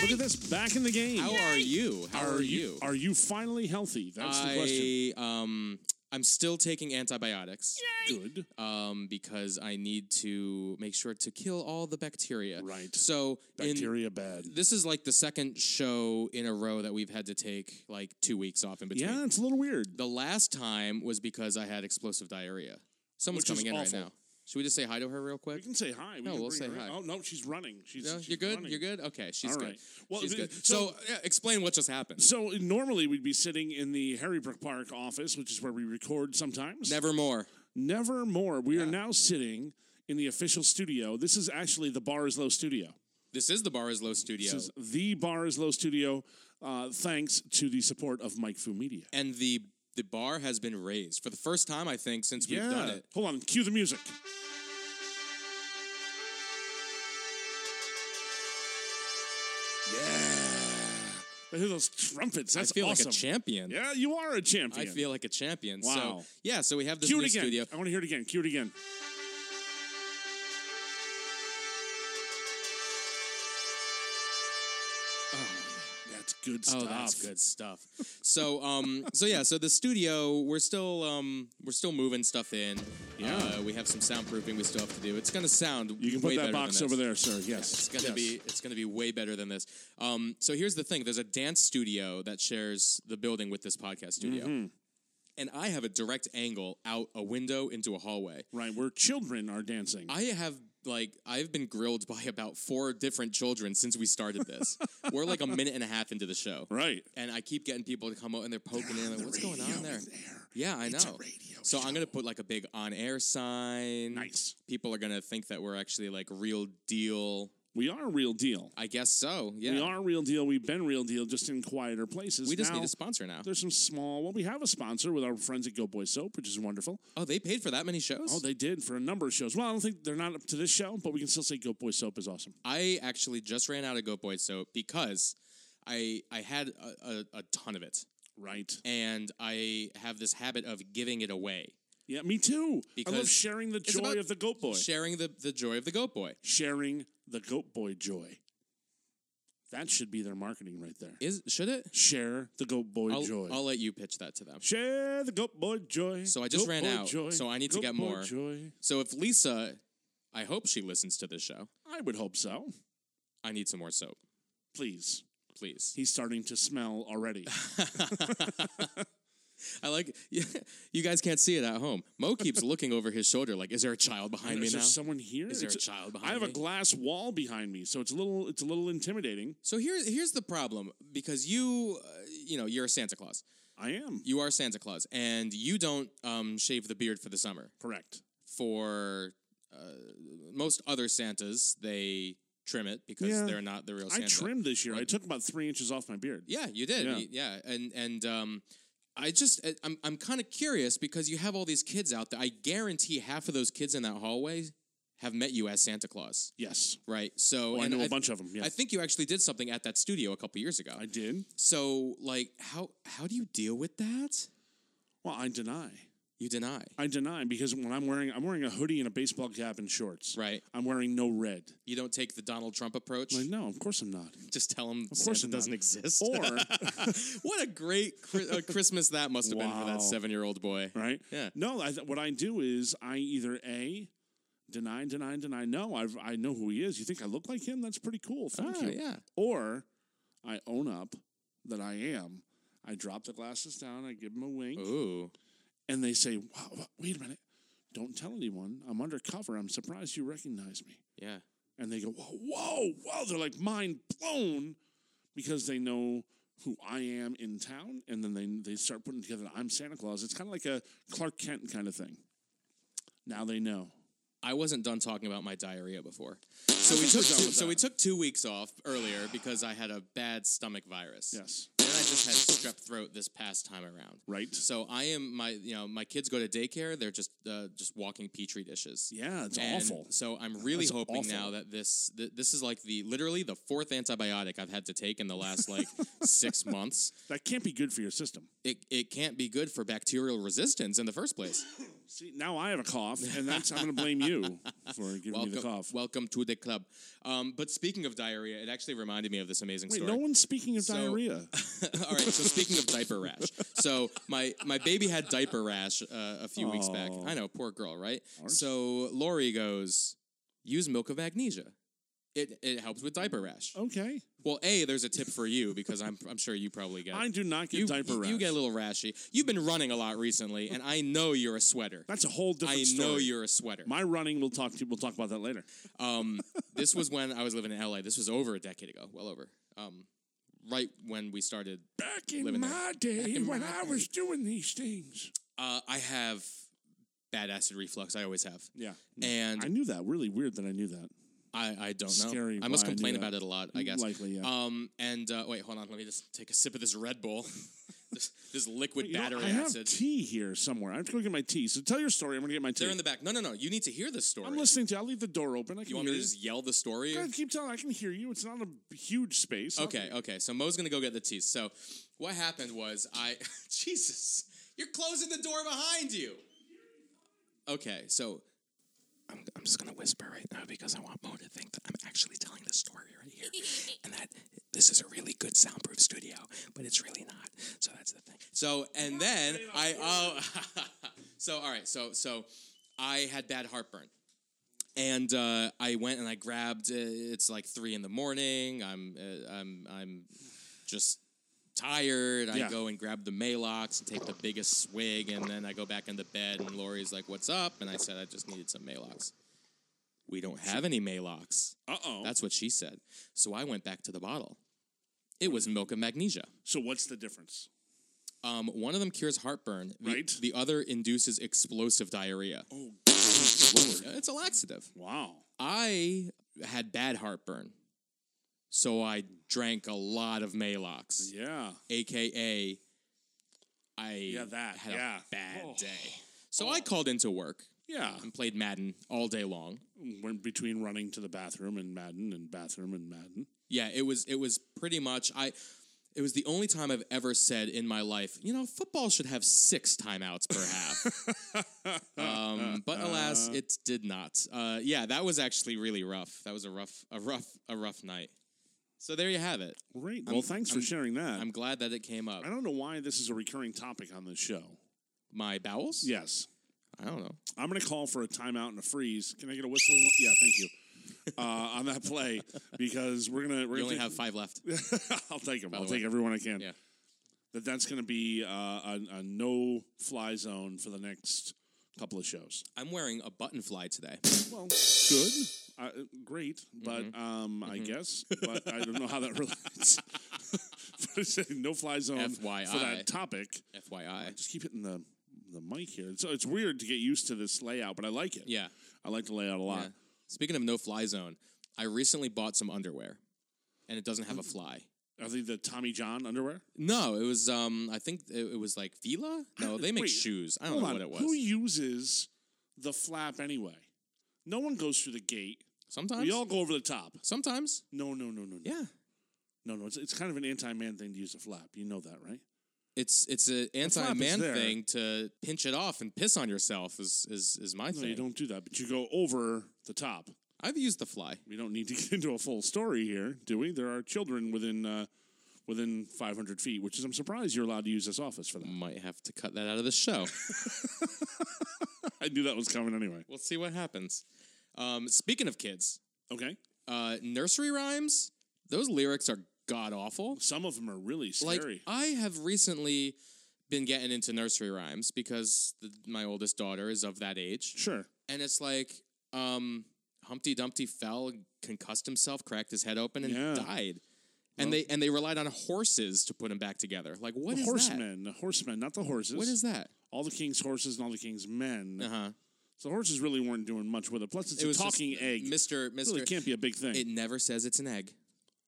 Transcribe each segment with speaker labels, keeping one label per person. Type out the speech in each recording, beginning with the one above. Speaker 1: Look at this, back in the game.
Speaker 2: How are you? How are you?
Speaker 1: Are you finally healthy? That's the question.
Speaker 2: I um I'm still taking antibiotics
Speaker 1: Good.
Speaker 2: um because I need to make sure to kill all the bacteria.
Speaker 1: Right.
Speaker 2: So in
Speaker 1: Bacteria bad.
Speaker 2: this is like the second show in a row that we've had to take like 2 weeks off in between.
Speaker 1: Yeah, it's a little weird.
Speaker 2: The last time was because I had explosive diarrhea. Someone's
Speaker 1: Which is
Speaker 2: coming in
Speaker 1: awful.
Speaker 2: right now. Should we just say hi to her real
Speaker 1: We
Speaker 2: quick?
Speaker 1: can say hi. We
Speaker 2: No,
Speaker 1: can
Speaker 2: we'll
Speaker 1: bring
Speaker 2: say
Speaker 1: her in.
Speaker 2: hi.
Speaker 1: Oh no, she's running. She's,
Speaker 2: No,
Speaker 1: she's
Speaker 2: you're good.
Speaker 1: running.
Speaker 2: You're good. Okay, she's
Speaker 1: All
Speaker 2: good.
Speaker 1: right. Well,
Speaker 2: she's
Speaker 1: the-
Speaker 2: good.
Speaker 1: so-
Speaker 2: So, yeah, explain what just happened.
Speaker 1: So normally we'd be sitting in the Harrybrook Park office, which is where we record sometimes.
Speaker 2: Nevermore.
Speaker 1: Never more. We are now sitting in the official studio. This is actually the Bar is Low studio.
Speaker 2: This is the Bar is Low studio.
Speaker 1: This is the Bar is Low studio, uh, thanks to the support of Mike Fu Media.
Speaker 2: and the the bar has been raised for the first time I think since we've done it.
Speaker 1: Hold on. Cue the music. Yeah. I hear those trumpets.
Speaker 2: I
Speaker 1: That's
Speaker 2: feel
Speaker 1: awesome.
Speaker 2: like a champion.
Speaker 1: Yeah, you are a
Speaker 2: I
Speaker 1: champion.
Speaker 2: feel like a champion.
Speaker 1: Wow.
Speaker 2: So yeah, so we have this
Speaker 1: Cue
Speaker 2: new
Speaker 1: it again.
Speaker 2: studio.
Speaker 1: I want to hear it again. Cue it again. Oh, that's good stuff.
Speaker 2: Oh, that's good stuff. So, um, so yeah, so the studio, we're still, um, we're still moving stuff in.
Speaker 1: Yeah.
Speaker 2: uh, we have some soundproofing we still have to do. It's gonna sound.
Speaker 1: You can put
Speaker 2: way
Speaker 1: that
Speaker 2: better than
Speaker 1: box
Speaker 2: this.
Speaker 1: over there, sir. Yes.
Speaker 2: It's gonna
Speaker 1: Yes.
Speaker 2: be, it's gonna be way better than this. Um, so here's the thing: there's a dance studio that shares the building with this podcast studio,
Speaker 1: Mm-hmm.
Speaker 2: and I have a direct angle out a window into a hallway.
Speaker 1: right where children are dancing.
Speaker 2: I have like I've been grilled by about four different children since we started this. We're like a minute and a half into the show.
Speaker 1: right.
Speaker 2: And I keep getting people to come out and they're poking in like, what's going
Speaker 1: radio
Speaker 2: on there?
Speaker 1: in there.
Speaker 2: Yeah, I
Speaker 1: It's a
Speaker 2: know.
Speaker 1: radio
Speaker 2: so I'm gonna put like a big on air sign.
Speaker 1: Nice.
Speaker 2: People are gonna think that we're actually like real deal.
Speaker 1: We are real deal.
Speaker 2: I guess so. Yeah.
Speaker 1: We are real deal. We've been real deal, just in quieter places.
Speaker 2: We just
Speaker 1: Now,
Speaker 2: need a sponsor now.
Speaker 1: There's some small. Well, we have a sponsor with our friends at Go Boy Soap, which is wonderful.
Speaker 2: Oh, they paid for that many shows?
Speaker 1: Oh, they did for a number of shows. Well, I don't think they're not up to this show, but we can still say Goat Boy Soap is awesome.
Speaker 2: I actually just ran out of Goat Boy soap because I I had a, a, a ton of it.
Speaker 1: Right.
Speaker 2: And I have this habit of giving it away.
Speaker 1: Yeah, me too. I love
Speaker 2: Because
Speaker 1: sharing the joy
Speaker 2: about
Speaker 1: of the Goat Boy.
Speaker 2: sharing the, the joy of the goat boy.
Speaker 1: sharing the Goat Boy joy. That should be their marketing right there.
Speaker 2: Is should it?
Speaker 1: Share the Goat Boy
Speaker 2: I'll,
Speaker 1: joy.
Speaker 2: I'll let you pitch that to them.
Speaker 1: Share the Goat Boy joy.
Speaker 2: So I just
Speaker 1: Goat
Speaker 2: ran
Speaker 1: Boy
Speaker 2: out, so I need to
Speaker 1: Goat
Speaker 2: get
Speaker 1: Boy
Speaker 2: more.
Speaker 1: joy.
Speaker 2: So if Lisa, I hope she listens to this show.
Speaker 1: I would hope so.
Speaker 2: I need some more soap,
Speaker 1: Please.
Speaker 2: please.
Speaker 1: He's starting to smell already.
Speaker 2: I like you guys can't see it at home. Mo keeps looking over his shoulder like, is there a child behind me
Speaker 1: is
Speaker 2: now?
Speaker 1: there someone here?
Speaker 2: uh, Is there
Speaker 1: It's
Speaker 2: a child
Speaker 1: I
Speaker 2: behind
Speaker 1: have a
Speaker 2: me?
Speaker 1: glass wall behind me, so it's a little it's a little intimidating.
Speaker 2: so here, here's the problem because you, uh, you know, you're a Santa Claus.
Speaker 1: I am.
Speaker 2: You are Santa Claus, and you don't um, shave the beard for the summer.
Speaker 1: Correct.
Speaker 2: for uh, most other Santas, they trim it because
Speaker 1: Yeah.
Speaker 2: they're not the real
Speaker 1: I
Speaker 2: Santa.
Speaker 1: trimmed this year. I took about three inches off my beard.
Speaker 2: Yeah, you did.
Speaker 1: Yeah.
Speaker 2: Yeah, and and um, I just I- I'm I'm kind of curious because you have all these kids out there. I guarantee half of those kids in that hallway have met you as Santa Claus,
Speaker 1: Yes.
Speaker 2: right? So
Speaker 1: Well, Oh, I
Speaker 2: and
Speaker 1: know a
Speaker 2: th-
Speaker 1: bunch of them. Yeah.
Speaker 2: I think you actually did something at that studio a couple years ago.
Speaker 1: I did.
Speaker 2: so like how how do you deal with that?
Speaker 1: Well, I deny.
Speaker 2: You deny,
Speaker 1: I deny because when I'm wearing I'm wearing a hoodie and a baseball cap and shorts.
Speaker 2: right?
Speaker 1: I'm wearing no red.
Speaker 2: You don't take the Donald Trump approach.
Speaker 1: Like, no, of course I'm not.
Speaker 2: Just tell him
Speaker 1: course
Speaker 2: Santa
Speaker 1: I'm not.
Speaker 2: doesn't exist.
Speaker 1: Or
Speaker 2: What a great Chri- uh, Christmas that must have been for
Speaker 1: Wow.
Speaker 2: that seven-year-old boy.
Speaker 1: right?
Speaker 2: Yeah.
Speaker 1: No, I th- what I do is I either a deny, deny, deny. No, I've, I know who he is. You think I look like him? That's pretty cool. Thank
Speaker 2: Ah,
Speaker 1: you.
Speaker 2: yeah.
Speaker 1: Or I own up that I am. I drop the glasses down. I give him a wink,
Speaker 2: Ooh.
Speaker 1: and they say, wow, wa- "Wait a minute! Don't tell anyone. I'm undercover. I'm surprised you recognize me."
Speaker 2: Yeah.
Speaker 1: And they go, "Whoa, whoa, whoa!" They're like mind blown because they know who I am in town, and then they they start putting together I'm Santa Claus. It's kind of like a Clark Kent kind of thing. Now they know.
Speaker 2: I wasn't done talking about my diarrhea before. So we took two, so we took two weeks off earlier because I had a bad stomach virus.
Speaker 1: Yes.
Speaker 2: Then I just had strep throat this past time around.
Speaker 1: Right.
Speaker 2: So I am my you know my kids go to daycare. They're just uh, just walking petri dishes.
Speaker 1: Yeah, it's
Speaker 2: And
Speaker 1: awful.
Speaker 2: So I'm really
Speaker 1: That's
Speaker 2: hoping
Speaker 1: awful.
Speaker 2: now that this th- this is like the literally the fourth antibiotic I've had to take in the last like six months.
Speaker 1: That can't be good for your system.
Speaker 2: it, it can't be good for bacterial resistance in the first place.
Speaker 1: See, now I have a cough, and that's I'm going to blame you for giving me the
Speaker 2: Welcome,
Speaker 1: cough.
Speaker 2: welcome to the club. Um, but speaking of diarrhea, it actually reminded me of this amazing
Speaker 1: Wait,
Speaker 2: story.
Speaker 1: no one's speaking of
Speaker 2: So-
Speaker 1: diarrhea.
Speaker 2: All right. So speaking of diaper rash, so my my baby had diaper rash uh, a few weeks back.
Speaker 1: Aw.
Speaker 2: I know, poor girl, right? So Lori goes, use milk of magnesia. It it helps with diaper rash.
Speaker 1: Okay,
Speaker 2: Well, a there's a tip for you because I'm I'm sure you probably get.
Speaker 1: I do not get
Speaker 2: you,
Speaker 1: diaper rash.
Speaker 2: You get a little rashy. You've been running a lot recently, and I know you're a sweater.
Speaker 1: that's a whole
Speaker 2: I
Speaker 1: different
Speaker 2: know
Speaker 1: story.
Speaker 2: you're a sweater.
Speaker 1: My running, we'll talk. To, we'll talk about that later.
Speaker 2: Um, this was when I was living in LA. This was over a decade ago, well over. Um, right when we started,
Speaker 1: Back in
Speaker 2: Living there.
Speaker 1: my day,
Speaker 2: in
Speaker 1: when
Speaker 2: my
Speaker 1: I was doing these things,
Speaker 2: uh, I have bad acid reflux. I always have,
Speaker 1: yeah,
Speaker 2: and
Speaker 1: I knew that. Really weird that I knew that.
Speaker 2: I, I don't know.
Speaker 1: Scary
Speaker 2: I must
Speaker 1: why I knew
Speaker 2: complain
Speaker 1: that.
Speaker 2: about it a lot, I guess.
Speaker 1: Likely, yeah.
Speaker 2: Um, and uh, wait, hold on. Let me just take a sip of this Red Bull. this, this liquid
Speaker 1: You know,
Speaker 2: battery
Speaker 1: I have
Speaker 2: acid.
Speaker 1: tea here somewhere. I have to go get my tea. So tell your story. I'm going to get my tea.
Speaker 2: They're in the back. No, no, no. You need to hear this story.
Speaker 1: I'm listening to. you. I'll leave the door open. I can
Speaker 2: You want
Speaker 1: hear
Speaker 2: me to just yell the story?
Speaker 1: you. God, keep telling. I can hear you. It's not a huge space.
Speaker 2: Okay, okay. So Mo's gonna go get the tea. So what happened was I Jesus, you're closing the door behind you. Okay, so I'm, I'm just gonna whisper right now because I want Mo to think that I'm actually telling this story right here, and that this is a really good soundproof studio, but it's really not. So that's the thing. So and then I oh, so all right, so so I had bad heartburn and uh, I went and I grabbed. Uh, it's like three in the morning. I'm uh, I'm I'm just tired. I
Speaker 1: Yeah.
Speaker 2: go and grab the Malox and take the biggest swig, and then I go back into bed. And Lori's like, "What's up?" And I said, "I just needed some Malox." We don't have any Malox.
Speaker 1: Uh oh.
Speaker 2: That's what she said. So I went back to the bottle. It was milk and magnesia.
Speaker 1: So what's the difference?
Speaker 2: Um, one of them cures heartburn. The,
Speaker 1: Right.
Speaker 2: The other induces explosive diarrhea.
Speaker 1: Oh,
Speaker 2: It's a laxative.
Speaker 1: wow.
Speaker 2: I had bad heartburn, so I drank a lot of Malox,
Speaker 1: Yeah.
Speaker 2: aka I
Speaker 1: that,
Speaker 2: had
Speaker 1: yeah.
Speaker 2: a bad
Speaker 1: Oh.
Speaker 2: day. So I called into work
Speaker 1: Yeah.
Speaker 2: and played Madden all day long.
Speaker 1: When between running to the bathroom and Madden and bathroom and Madden.
Speaker 2: Yeah, it was it was pretty much I. It was the only time I've ever said in my life, you know, football should have six timeouts per half. um, but alas, it did not. Uh, yeah, that was actually really rough. That was a rough, a rough, a rough night. So there you have it.
Speaker 1: Great. Well, thanks for sharing that.
Speaker 2: I'm glad that it came up.
Speaker 1: I don't know why this is a recurring topic on this show.
Speaker 2: My bowels?
Speaker 1: Yes.
Speaker 2: I don't know.
Speaker 1: I'm going to call for a timeout and a freeze. Can I get a whistle? yeah, thank you. Uh, on that play because we're gonna we're
Speaker 2: You
Speaker 1: gonna
Speaker 2: only
Speaker 1: take-
Speaker 2: have five left.
Speaker 1: I'll take them. I'll
Speaker 2: the way.
Speaker 1: take everyone I can.
Speaker 2: Yeah.
Speaker 1: That that's going to be uh, a, a no fly zone for the next couple of shows.
Speaker 2: I'm wearing a button fly today.
Speaker 1: Well, good, uh, great, but
Speaker 2: Mm-hmm.
Speaker 1: um, I guess, but I don't know how that relates. But it's a no fly zone for
Speaker 2: FYI.
Speaker 1: that topic.
Speaker 2: FYI.
Speaker 1: Just keep hitting the the mic here. So it's weird to get used to this layout, but I like it.
Speaker 2: Yeah.
Speaker 1: I like the layout a lot.
Speaker 2: yeah. Speaking of no fly zone, I recently bought some underwear and it doesn't have
Speaker 1: Mm.
Speaker 2: a fly.
Speaker 1: Are they the Tommy John underwear?
Speaker 2: No, it was um I think it, it was like Fila? No, they make
Speaker 1: Wait,
Speaker 2: shoes. I don't
Speaker 1: Hold
Speaker 2: know
Speaker 1: on.
Speaker 2: what it was.
Speaker 1: Who uses the flap anyway? No one goes through the gate.
Speaker 2: sometimes
Speaker 1: We all go over the top.
Speaker 2: sometimes.
Speaker 1: No, no, no, no, no.
Speaker 2: Yeah.
Speaker 1: No, no. It's, it's kind of an anti-man thing to use a flap. You know that, right?
Speaker 2: It's it's an
Speaker 1: flap is
Speaker 2: anti man
Speaker 1: there.
Speaker 2: thing to pinch it off and piss on yourself is is, is my
Speaker 1: No,
Speaker 2: thing.
Speaker 1: you don't do that, but you go over the top.
Speaker 2: I've used the fly.
Speaker 1: We don't need to get into a full story here, do we? There are children within uh, within 500 feet, which is I'm surprised you're allowed to use this office for that.
Speaker 2: Might have to cut that out of the show.
Speaker 1: I knew that was coming anyway.
Speaker 2: we'll see what happens. Um, speaking of kids,
Speaker 1: Okay,
Speaker 2: uh, nursery rhymes, those lyrics are god awful.
Speaker 1: some of them are really
Speaker 2: Like
Speaker 1: scary.
Speaker 2: I have recently been getting into nursery rhymes because the, my oldest daughter is of that age,
Speaker 1: sure.
Speaker 2: and it's like um, Humpty Dumpty fell, concussed himself, cracked his head open, and
Speaker 1: Yeah.
Speaker 2: died. And they and they relied on horses to put him back together. Like what
Speaker 1: The
Speaker 2: is that?
Speaker 1: horsemen, the horsemen, not the horses.
Speaker 2: What is that?
Speaker 1: all the king's horses and all the king's men?
Speaker 2: Uh huh.
Speaker 1: So the horses really weren't doing much with it. Plus, it's
Speaker 2: It
Speaker 1: a
Speaker 2: was just-
Speaker 1: talking egg.
Speaker 2: Mister Mister.
Speaker 1: really can't be a big thing.
Speaker 2: It never says it's an egg.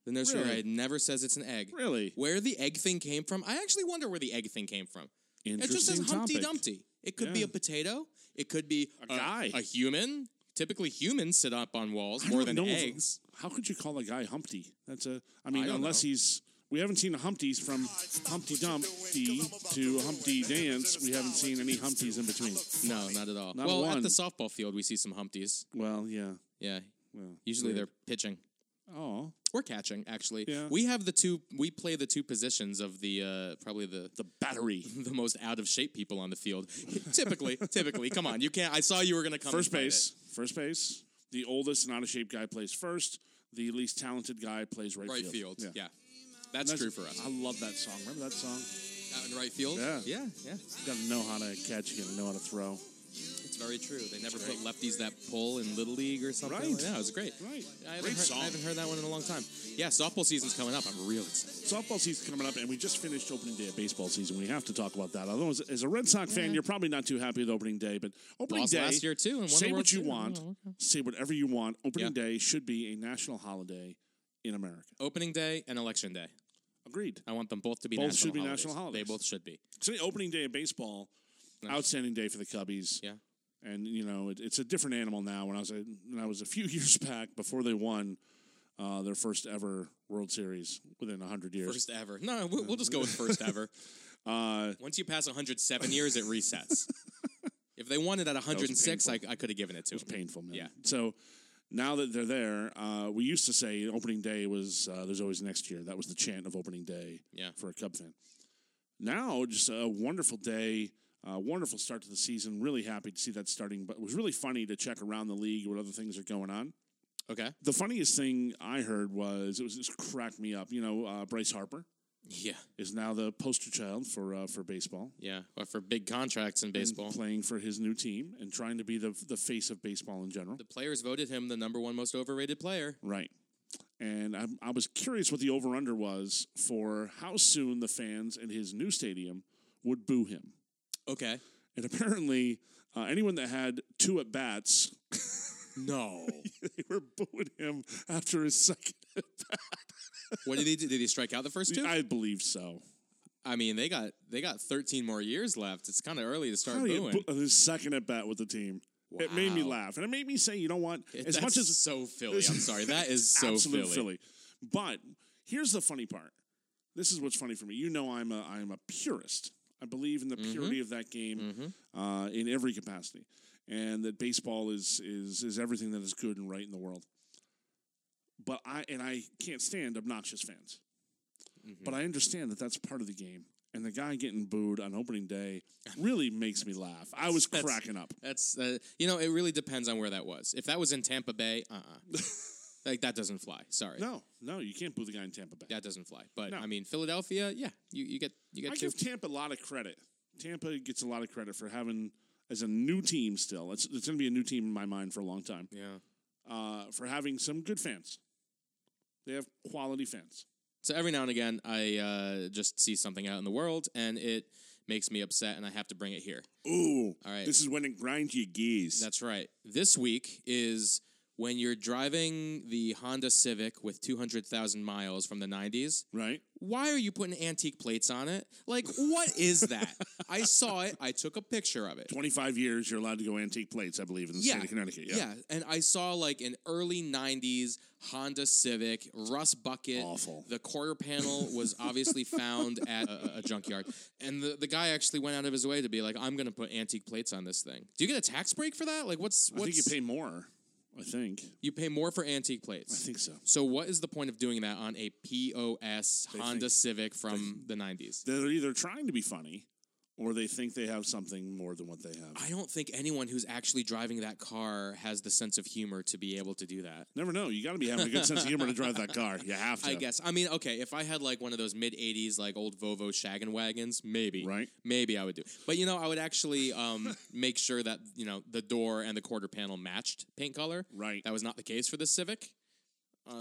Speaker 2: The nursery
Speaker 1: Really?
Speaker 2: rhyme never says it's an egg.
Speaker 1: really
Speaker 2: Where the egg thing came from, I actually wonder where the egg thing came from. It
Speaker 1: interesting.
Speaker 2: just says Humpty
Speaker 1: topic.
Speaker 2: Dumpty. It could be
Speaker 1: Yeah.
Speaker 2: a potato. It could be a,
Speaker 1: guy.
Speaker 2: a human. Typically, humans sit up on walls
Speaker 1: I
Speaker 2: more
Speaker 1: don't
Speaker 2: than
Speaker 1: know if-
Speaker 2: eggs.
Speaker 1: How could you call a guy Humpty? That's a. I mean,
Speaker 2: don't
Speaker 1: unless
Speaker 2: know.
Speaker 1: he's We haven't seen a Humpties from Humpty Dumpty to Humpty Dance. We haven't seen any Humpties in between.
Speaker 2: No, not at all.
Speaker 1: Not a
Speaker 2: well,
Speaker 1: one.
Speaker 2: at the softball field, we see some Humpties.
Speaker 1: Well, yeah.
Speaker 2: Yeah.
Speaker 1: Well,
Speaker 2: Usually they're pitching
Speaker 1: oh
Speaker 2: or catching, actually.
Speaker 1: Yeah.
Speaker 2: We have the two, we play the two positions of the, uh, probably the,
Speaker 1: the battery.
Speaker 2: the most out of shape people on the field. typically, typically. Come on. You can't, I saw you were going to come.
Speaker 1: First
Speaker 2: and fight
Speaker 1: base. First base. The oldest and out of shape guy plays first. The least talented guy plays right,
Speaker 2: it. Right field. Yeah. That's, true for us.
Speaker 1: I love that song. Remember that song?
Speaker 2: Out in right field?
Speaker 1: Yeah.
Speaker 2: Yeah. Yeah.
Speaker 1: You gotta know how to catch, you gotta know how to throw.
Speaker 2: It's very true. They never put lefties that pull in Little League or something.
Speaker 1: Right.
Speaker 2: Yeah, it was great.
Speaker 1: Right.
Speaker 2: I haven't,
Speaker 1: Great
Speaker 2: heard,
Speaker 1: song.
Speaker 2: I haven't heard that one in a long time. Yeah, softball season's coming up. I'm real excited.
Speaker 1: Softball season's coming up, and we just finished opening day of baseball season. We have to talk about that. Although, as, as a Red Sox fan, you're probably not too happy with opening day, but opening
Speaker 2: Lost
Speaker 1: day
Speaker 2: last year, too, and won the
Speaker 1: say
Speaker 2: World
Speaker 1: what you
Speaker 2: Series.
Speaker 1: want,
Speaker 2: Oh,
Speaker 1: say whatever you want. Opening
Speaker 2: Yeah.
Speaker 1: day should be a national holiday in America.
Speaker 2: Opening day and election day.
Speaker 1: Agreed.
Speaker 2: I want them both to be
Speaker 1: Both
Speaker 2: national
Speaker 1: should be
Speaker 2: holidays.
Speaker 1: national holidays.
Speaker 2: They both should be.
Speaker 1: So the opening day of baseball, outstanding day for the Cubbies.
Speaker 2: Yeah.
Speaker 1: and you know it, it's a different animal now. When I was a, when I was a few years back before they won uh, their first ever World Series within hundred years.
Speaker 2: First ever. No, we'll, we'll just go with first ever.
Speaker 1: uh,
Speaker 2: Once you pass 107 years, it resets. if they wanted at 106, I, I could have given it to them.
Speaker 1: painful, man.
Speaker 2: Yeah.
Speaker 1: So now that they're there, uh, we used to say opening day was uh, there's always next year. That was the chant of opening day
Speaker 2: Yeah.
Speaker 1: for a Cub fan. Now, just a wonderful day, uh, wonderful start to the season. Really happy to see that starting, but it was really funny to check around the league what other things are going on.
Speaker 2: Okay.
Speaker 1: The funniest thing I heard was it was just cracked me up. You know, uh, Bryce Harper
Speaker 2: Yeah.
Speaker 1: is now the poster child for uh, for baseball.
Speaker 2: Yeah. Well, for big contracts in
Speaker 1: and
Speaker 2: baseball.
Speaker 1: playing for his new team and trying to be the the face of baseball in general.
Speaker 2: The players voted him the number one most overrated player.
Speaker 1: Right. And I, I was curious what the over under was for how soon the fans in his new stadium would boo him.
Speaker 2: Okay.
Speaker 1: And apparently, uh, anyone that had two at bats,
Speaker 2: No.
Speaker 1: they were booing him after his second.
Speaker 2: what did he do? Did he strike out the first two? I,
Speaker 1: I believe so.
Speaker 2: mean, they got they got 13 more years left. It's kind of early to start
Speaker 1: How do you
Speaker 2: booing.
Speaker 1: boo- on his second at bat with the team. It made me
Speaker 2: Wow.
Speaker 1: laugh. And it made me say, you know what?
Speaker 2: It-
Speaker 1: as
Speaker 2: that's
Speaker 1: much as
Speaker 2: so Philly. I'm sorry. That is so
Speaker 1: absolute
Speaker 2: Philly.
Speaker 1: Philly. But here's the funny part. This is what's funny for me. You know, I'm a I'm a purist. I believe in the
Speaker 2: Mm-hmm.
Speaker 1: purity of that game uh, in every capacity, and that baseball is is is everything that is good and right in the world. But I and I can't stand obnoxious fans.
Speaker 2: Mm-hmm.
Speaker 1: But I understand that that's part of the game. And the guy getting booed on opening day really makes me laugh. I was
Speaker 2: That's-
Speaker 1: cracking up.
Speaker 2: That's uh, you know, it really depends on where that was. If that was in Tampa Bay, uh, uh like that doesn't fly. Sorry,
Speaker 1: No, no, you can't boo the guy in Tampa Bay.
Speaker 2: that doesn't fly. But
Speaker 1: No.
Speaker 2: I mean, Philadelphia, yeah, you, you get you get
Speaker 1: I
Speaker 2: two.
Speaker 1: give Tampa a lot of credit. Tampa gets a lot of credit for having as a new team still. It's, it's going to be a new team in my mind for a long time.
Speaker 2: yeah.
Speaker 1: Uh, for having some good fans, they have quality fans.
Speaker 2: So every now and again, I uh, just see something out in the world, and it makes me upset, and I have to bring it here.
Speaker 1: Ooh,
Speaker 2: All right.
Speaker 1: This is when it grinds your gears.
Speaker 2: That's right. This week is when you're driving the Honda Civic with 200,000 miles from the 90s.
Speaker 1: right.
Speaker 2: why are you putting antique plates on it? Like, what is that? I saw it. I took a picture of it.
Speaker 1: Twenty five years, you're allowed to go antique plates, I believe, in the
Speaker 2: Yeah.
Speaker 1: state of Connecticut. Yeah.
Speaker 2: Yeah. And I saw like an early 90s Honda Civic, rust bucket.
Speaker 1: Awful.
Speaker 2: The quarter panel was obviously found at a, a junkyard. And the, the guy actually went out of his way to be like, I'm going to put antique plates on this thing. Do you get a tax break for that? Like, what's.
Speaker 1: I
Speaker 2: what's
Speaker 1: think you pay more. I think.
Speaker 2: you pay more for antique
Speaker 1: I
Speaker 2: plates.
Speaker 1: think so.
Speaker 2: So, what is the point of doing that on a POS Honda
Speaker 1: think-
Speaker 2: Civic from the 90s?
Speaker 1: They're either trying to be funny, or they think they have something more than what they have.
Speaker 2: I don't think anyone who's actually driving that car has the sense of humor to be able to do that.
Speaker 1: Never know. You got to be having a good sense of humor to drive that car. You have to.
Speaker 2: I guess. I mean, okay, if I had like one of those mid '80s like old Volvo shaggin' wagons, maybe,
Speaker 1: Right.
Speaker 2: Maybe I would do. But you know, I would actually um, make sure that you know the door and the quarter panel matched paint color.
Speaker 1: Right.
Speaker 2: That was not the case for the Civic. Uh,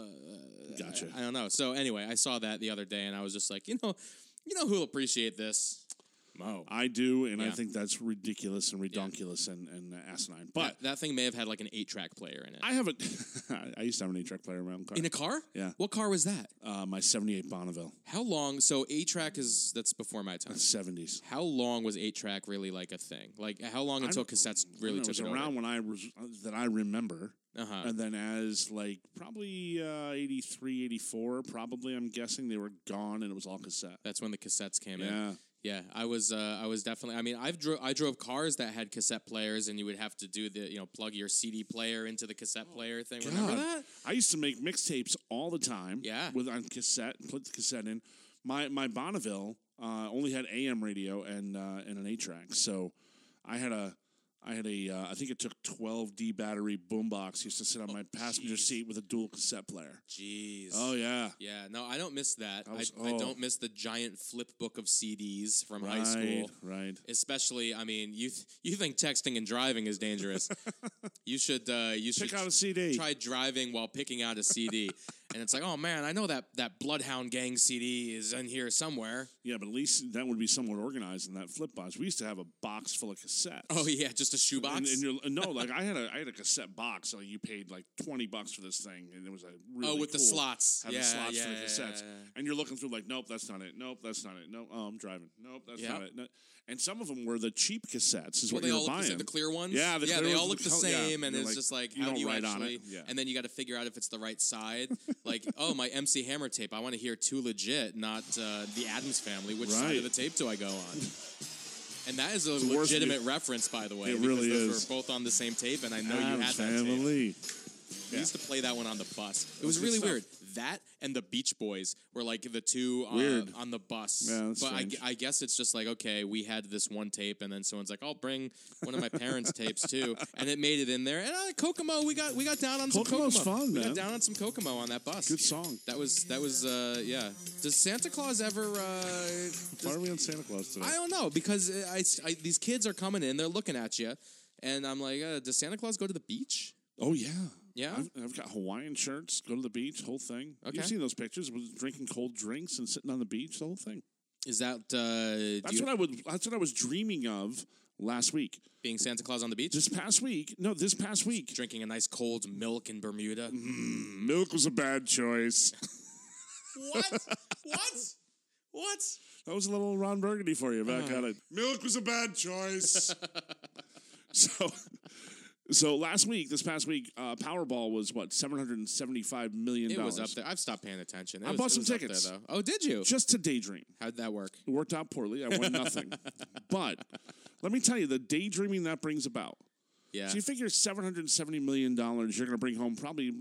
Speaker 1: Gotcha.
Speaker 2: I don't know. So anyway, I saw that the other day, and I was just like, you know, you know who'll appreciate this? Mo.
Speaker 1: I do, and I
Speaker 2: Yeah.
Speaker 1: think that's ridiculous and redonkulous and, and asinine. But
Speaker 2: But that thing may have had like an eight track player in it.
Speaker 1: I haven't. I used to have an eight track player in my own car.
Speaker 2: in a car?
Speaker 1: Yeah.
Speaker 2: What car was that?
Speaker 1: uh, my '78 Bonneville,
Speaker 2: How long? So eight track is that's before my time.
Speaker 1: '70s.
Speaker 2: How long was eight track really like a thing? Like how long until cassettes really
Speaker 1: it
Speaker 2: took
Speaker 1: was
Speaker 2: it
Speaker 1: around when I was that I remember,
Speaker 2: over? Uh huh.
Speaker 1: and then as like probably uh, 83, 84, probably I'm guessing they were gone, and it was all cassette.
Speaker 2: That's when the cassettes came in.
Speaker 1: Yeah,
Speaker 2: Yeah, I was uh, I was definitely. I mean, I've dro- I drove cars that had cassette players, and you would have to do the you know plug your CD player into the cassette player thing. Remember
Speaker 1: Oh, God.
Speaker 2: that?
Speaker 1: I used to make mixtapes all the time.
Speaker 2: Yeah.
Speaker 1: with on cassette, put the cassette in. My my Bonneville uh, only had AM radio and uh, and an eight track, so I had a. I had a, uh, I think it took 12D battery boombox. Used to sit on
Speaker 2: Oh,
Speaker 1: my passenger
Speaker 2: geez.
Speaker 1: seat with a dual cassette player.
Speaker 2: Jeez.
Speaker 1: Oh yeah,
Speaker 2: Yeah, no, I don't miss that.
Speaker 1: I was-
Speaker 2: I, I
Speaker 1: oh.
Speaker 2: don't miss the giant flip book of CDs from high
Speaker 1: right,
Speaker 2: school.
Speaker 1: right.
Speaker 2: Especially, I mean, you th- you think texting and driving is dangerous? you should uh, you should
Speaker 1: Pick out a CD.
Speaker 2: try driving while picking out a CD, and it's like, oh man, I know that that Bloodhound Gang CD is in here somewhere.
Speaker 1: Yeah, but at least that would be somewhat organized in that flip box. We used to have a box full of cassettes.
Speaker 2: Oh yeah, just a shoebox.
Speaker 1: And, and you're, no, like I had a I had a cassette box. So you paid like twenty bucks for this thing, and it was a really
Speaker 2: oh, with the
Speaker 1: cool-
Speaker 2: slots.
Speaker 1: had
Speaker 2: yeah,
Speaker 1: the slots
Speaker 2: yeah,
Speaker 1: for the cassettes.
Speaker 2: yeah, yeah.
Speaker 1: And you're looking through like, nope, that's not it. Nope, that's not it. Nope, oh, I'm driving. Nope, that's
Speaker 2: Yep.
Speaker 1: not it. No. And some of them were the cheap cassettes. Is
Speaker 2: Well,
Speaker 1: what
Speaker 2: they
Speaker 1: you
Speaker 2: all look
Speaker 1: were
Speaker 2: the
Speaker 1: buying.
Speaker 2: same. The clear ones.
Speaker 1: Yeah, the
Speaker 2: yeah,
Speaker 1: clear
Speaker 2: they
Speaker 1: ones
Speaker 2: all look
Speaker 1: with
Speaker 2: the
Speaker 1: color- yeah,
Speaker 2: same, and
Speaker 1: you're
Speaker 2: it's
Speaker 1: like,
Speaker 2: just like
Speaker 1: you
Speaker 2: how
Speaker 1: don't
Speaker 2: do you
Speaker 1: write on
Speaker 2: actually?
Speaker 1: it, yeah.
Speaker 2: And then you got to figure out if it's the right side. like, oh, my MC Hammer tape. I want to hear Too Legit, not uh, the Adams Family. Which side
Speaker 1: Right.
Speaker 2: of the tape do I go on? And that is a
Speaker 1: the worst
Speaker 2: legitimate reference, by the way.
Speaker 1: It
Speaker 2: because
Speaker 1: really
Speaker 2: those
Speaker 1: is.
Speaker 2: We're both on the same tape, and I know you had
Speaker 1: Adam's
Speaker 2: that tape.
Speaker 1: family.
Speaker 2: We
Speaker 1: Yeah.
Speaker 2: used to play that one on the bus. It
Speaker 1: was
Speaker 2: was
Speaker 1: good
Speaker 2: really
Speaker 1: stuff.
Speaker 2: weird. That and the Beach Boys were like the two uh,
Speaker 1: Weird.
Speaker 2: on the bus.
Speaker 1: Yeah, that's
Speaker 2: but I,
Speaker 1: strange.
Speaker 2: I guess it's just like okay, we had this one tape, and then someone's like, "I'll bring one of my parents' tapes too," and it made it in there. And uh, Kokomo, we got we got down on
Speaker 1: Kokomo's
Speaker 2: some Kokomo.
Speaker 1: fun,
Speaker 2: we
Speaker 1: man.
Speaker 2: got down on some Kokomo on that bus.
Speaker 1: Good song.
Speaker 2: That was that was uh, yeah. Does Santa Claus ever? Uh,
Speaker 1: Why are we on Santa Claus today?
Speaker 2: I don't know because uh, I, I- these kids are coming in, they're looking at you, and I'm like, uh, does Santa Claus go to the beach?
Speaker 1: oh yeah.
Speaker 2: Yeah?
Speaker 1: I've, I've got Hawaiian shirts. Go to the beach. Whole thing.
Speaker 2: Okay.
Speaker 1: You've seen those pictures with drinking cold drinks and sitting on the beach. The whole thing.
Speaker 2: Is that uh, do
Speaker 1: That's
Speaker 2: you-
Speaker 1: what I would. That's what I was dreaming of last week.
Speaker 2: being Santa Claus on the beach?
Speaker 1: This past week, no, this past week,
Speaker 2: drinking a nice cold milk in Bermuda.
Speaker 1: Mm-hmm. milk was a bad choice.
Speaker 2: What? what? What?
Speaker 1: That was a little Ron Burgundy for you
Speaker 2: Uh-huh.
Speaker 1: back at it. Milk was a bad choice. so, so last week, this past week, uh, Powerball was what seven hundred and seventy-five million
Speaker 2: It
Speaker 1: dollars.
Speaker 2: was up there. I've stopped paying attention. It
Speaker 1: I
Speaker 2: was-
Speaker 1: bought
Speaker 2: it
Speaker 1: some
Speaker 2: was up there,
Speaker 1: tickets.
Speaker 2: though. Oh, did you?
Speaker 1: Just to daydream.
Speaker 2: How'd that work?
Speaker 1: It worked out poorly. I won nothing. but let me tell you, the daydreaming that brings about.
Speaker 2: Yeah.
Speaker 1: So you figure seven hundred seventy million dollars, you're going to bring home probably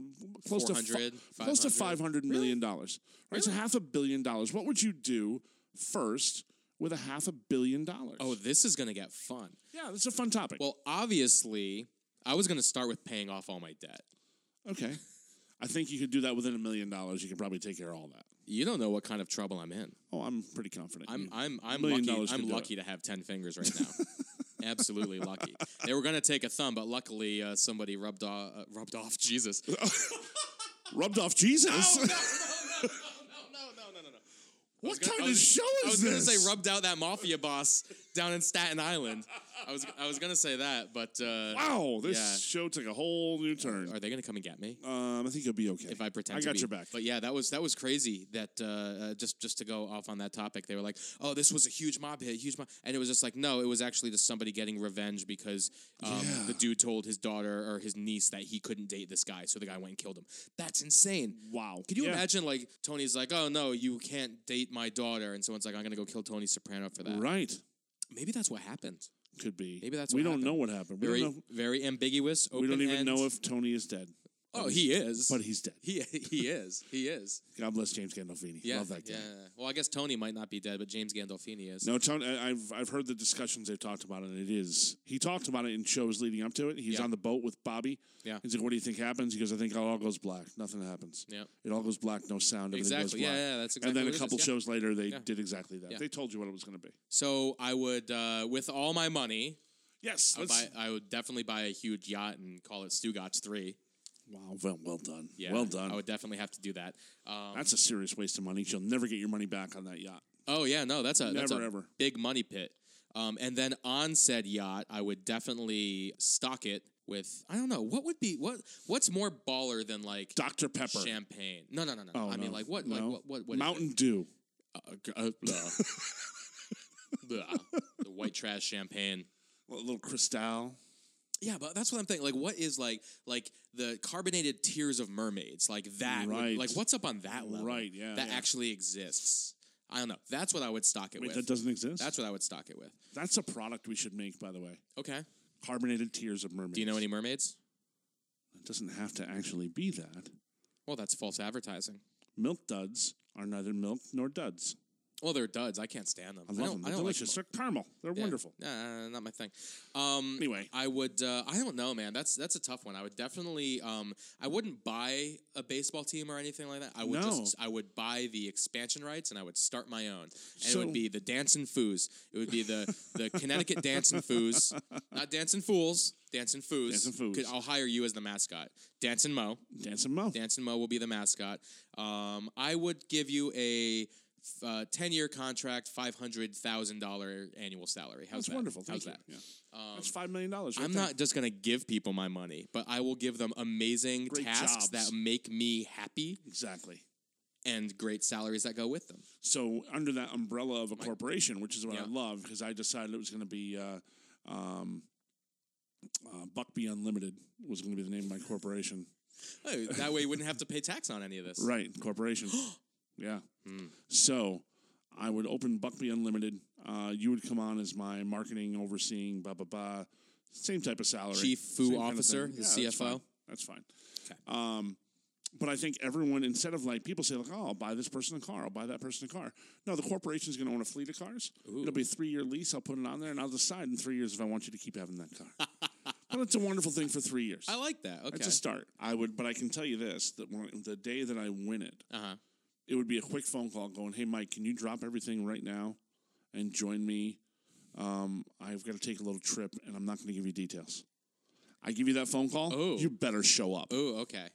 Speaker 1: close to fi-
Speaker 2: 400,
Speaker 1: close
Speaker 2: 500.
Speaker 1: to five hundred million dollars. Right, so half a billion dollars. What would you do first with a half a billion dollars?
Speaker 2: oh, this is gonna get fun.
Speaker 1: yeah, that's a fun topic.
Speaker 2: Well, obviously, I was gonna start with paying off all my debt.
Speaker 1: okay, I think you could do that within a million dollars. You could probably take care of all that.
Speaker 2: You don't know what kind of trouble I'm in.
Speaker 1: Oh, I'm pretty confident.
Speaker 2: I'm I'm I'm
Speaker 1: Mm. Million
Speaker 2: lucky.
Speaker 1: dollars
Speaker 2: I'm
Speaker 1: could do
Speaker 2: lucky to have ten fingers right now. Absolutely lucky. They were gonna take a thumb, but luckily uh, somebody rubbed off uh, rubbed off Jesus.
Speaker 1: rubbed off Jesus.
Speaker 2: no, no, no, no, no, no, no, no.
Speaker 1: what
Speaker 2: gonna-
Speaker 1: kind
Speaker 2: I was-
Speaker 1: of show is
Speaker 2: I was
Speaker 1: this?
Speaker 2: gonna say rubbed out that mafia boss down in Staten Island. I was I was gonna say that, but uh,
Speaker 1: wow, this
Speaker 2: Yeah.
Speaker 1: show took a whole new turn.
Speaker 2: are they gonna come and get me
Speaker 1: Um, I think you'll be okay.
Speaker 2: if I pretend?
Speaker 1: I
Speaker 2: to
Speaker 1: got
Speaker 2: be-
Speaker 1: your back.
Speaker 2: But yeah, that was that was crazy. That uh, uh, just just to go off on that topic, they were like, "Oh, this was a huge mob hit, huge mob," and it was just like, no, it was actually just somebody getting revenge because um,
Speaker 1: Yeah.
Speaker 2: the dude told his daughter or his niece that he couldn't date this guy, so the guy went and killed him. That's insane.
Speaker 1: wow,
Speaker 2: Could you
Speaker 1: Yeah.
Speaker 2: imagine like Tony's like, "Oh no, you can't date my daughter," and someone's like, "I'm gonna go kill Tony Soprano for that."
Speaker 1: Right.
Speaker 2: Maybe that's what happened.
Speaker 1: Could be.
Speaker 2: Maybe that's
Speaker 1: we
Speaker 2: what
Speaker 1: don't
Speaker 2: happened.
Speaker 1: know what happened. We
Speaker 2: Very,
Speaker 1: don't know.
Speaker 2: very ambiguous.
Speaker 1: We don't even
Speaker 2: open-end.
Speaker 1: know if Tony is dead,
Speaker 2: Oh, he is.
Speaker 1: but he's dead.
Speaker 2: he he is. He is.
Speaker 1: God bless James Gandolfini.
Speaker 2: Yeah.
Speaker 1: Love that guy.
Speaker 2: Yeah. Well, I guess Tony might not be dead, but James Gandolfini is.
Speaker 1: No, Tony. I- I've I've heard the discussions they've talked about it. and It is he talked about it in shows leading up to it. He's
Speaker 2: Yeah.
Speaker 1: on the boat with Bobby.
Speaker 2: Yeah.
Speaker 1: He's like, "What do you think happens?" He goes, "I think it all goes black. Nothing happens.
Speaker 2: Yeah.
Speaker 1: It all goes black. No sound. Everything
Speaker 2: Exactly.
Speaker 1: goes
Speaker 2: Yeah,
Speaker 1: black."
Speaker 2: yeah, that's
Speaker 1: And
Speaker 2: exactly
Speaker 1: then
Speaker 2: what
Speaker 1: a
Speaker 2: it
Speaker 1: couple
Speaker 2: is, yeah.
Speaker 1: shows later, they
Speaker 2: Yeah.
Speaker 1: did exactly that.
Speaker 2: Yeah.
Speaker 1: They told you what it was going to be.
Speaker 2: So I would, uh, with all my money,
Speaker 1: Yes.
Speaker 2: I would,
Speaker 1: let's-
Speaker 2: buy, I would definitely buy a huge yacht and call it Stugatz Three.
Speaker 1: wow. Well, well done.
Speaker 2: Yeah.
Speaker 1: Well done.
Speaker 2: I would definitely have to do that. Um,
Speaker 1: That's a serious waste of money. You'll never get your money back on that yacht.
Speaker 2: oh yeah, no, that's a that's
Speaker 1: Never
Speaker 2: a
Speaker 1: ever.
Speaker 2: big money pit. Um, and then on said yacht, I would definitely stock it with I don't know what would be what what's more baller than like
Speaker 1: Dr. Pepper.
Speaker 2: champagne? No, no, no, no.
Speaker 1: Oh,
Speaker 2: I mean
Speaker 1: no.
Speaker 2: like what
Speaker 1: No.
Speaker 2: like what what, what is it?
Speaker 1: Mountain Dew.
Speaker 2: Uh, g- uh, blah. Blah. the white trash champagne.
Speaker 1: A little Cristal.
Speaker 2: Yeah, but that's what I'm thinking. Like, what is like like the carbonated tears of mermaids? Like that. would-
Speaker 1: Right.
Speaker 2: Like what's up on that level?
Speaker 1: Right, yeah,
Speaker 2: That
Speaker 1: yeah.
Speaker 2: actually exists. I don't know. That's what I would stock it
Speaker 1: Wait,
Speaker 2: with.
Speaker 1: that doesn't exist?
Speaker 2: that's what I would stock it with.
Speaker 1: That's a product we should make, by the way.
Speaker 2: Okay.
Speaker 1: Carbonated tears of mermaids.
Speaker 2: Do you know any mermaids?
Speaker 1: It doesn't have to actually be that.
Speaker 2: Well, that's false advertising.
Speaker 1: Milk duds are neither milk nor duds.
Speaker 2: Well, they're duds. I can't stand them.
Speaker 1: I love
Speaker 2: don't,
Speaker 1: them.
Speaker 2: I
Speaker 1: They're
Speaker 2: don't
Speaker 1: delicious.
Speaker 2: Like them.
Speaker 1: They're caramel. They're
Speaker 2: Yeah.
Speaker 1: wonderful.
Speaker 2: Nah, not my thing. Um,
Speaker 1: Anyway.
Speaker 2: I would. Uh, I don't know, man. That's that's a tough one. I would definitely. Um, I wouldn't buy a baseball team or anything like that. I would
Speaker 1: No.
Speaker 2: just. I would buy the expansion rights and I would start my own. And it
Speaker 1: So-
Speaker 2: would be the Dancing Foos. It would be the the Connecticut Dancing Foos, not Dancing Fools. Dancing Foos.
Speaker 1: Dancin' Foos.
Speaker 2: Could- I'll hire you as the mascot. Dancing Mo.
Speaker 1: Dancing mouth.
Speaker 2: Dancing Mo will be the mascot. Um, I would give you a uh, ten-year contract, five hundred thousand dollar annual salary. How's
Speaker 1: That's
Speaker 2: that?
Speaker 1: wonderful.
Speaker 2: How's
Speaker 1: Thank you.
Speaker 2: that? Um,
Speaker 1: Yeah. That's five million dollars.
Speaker 2: I'm not just gonna give people my money, but I will give them amazing
Speaker 1: Great
Speaker 2: tasks
Speaker 1: jobs.
Speaker 2: that make me happy
Speaker 1: exactly.
Speaker 2: and great salaries that go with them.
Speaker 1: So under that umbrella of a corporation, which is what I
Speaker 2: Yeah.
Speaker 1: love, because I decided it was going to be uh, um, uh, Buckbee Unlimited was going to be the name of my corporation.
Speaker 2: Oh, that way, you wouldn't have to pay tax on any of this.
Speaker 1: Right, corporation. yeah.
Speaker 2: Hmm.
Speaker 1: So I would open Buckby Unlimited. Uh, you would come on as my marketing overseeing, blah blah blah. Same type of salary.
Speaker 2: Chief Foo
Speaker 1: Same kind of
Speaker 2: Officer,
Speaker 1: thing.
Speaker 2: the
Speaker 1: That's
Speaker 2: CFO.
Speaker 1: fine. That's fine. Um, but I think everyone, instead of like people say, like, oh, I'll buy this person a car, I'll buy that person a car. No, the corporation's going to own a fleet of cars. It'll be a three year lease. I'll put it on there and I'll decide in three years if I want you to keep having that car. but it's a wonderful thing for three years.
Speaker 2: I like that. Okay.
Speaker 1: It's a start. I would, but I can tell you this: that when, the day that I win it,
Speaker 2: uh huh.
Speaker 1: it would be a quick phone call going, "Hey, Mike, can you drop everything right now and join me? Um, I've got to take a little trip, and I'm not going to give you details. I give you that phone call.
Speaker 2: Oh.
Speaker 1: you better show up.
Speaker 2: Oh, okay.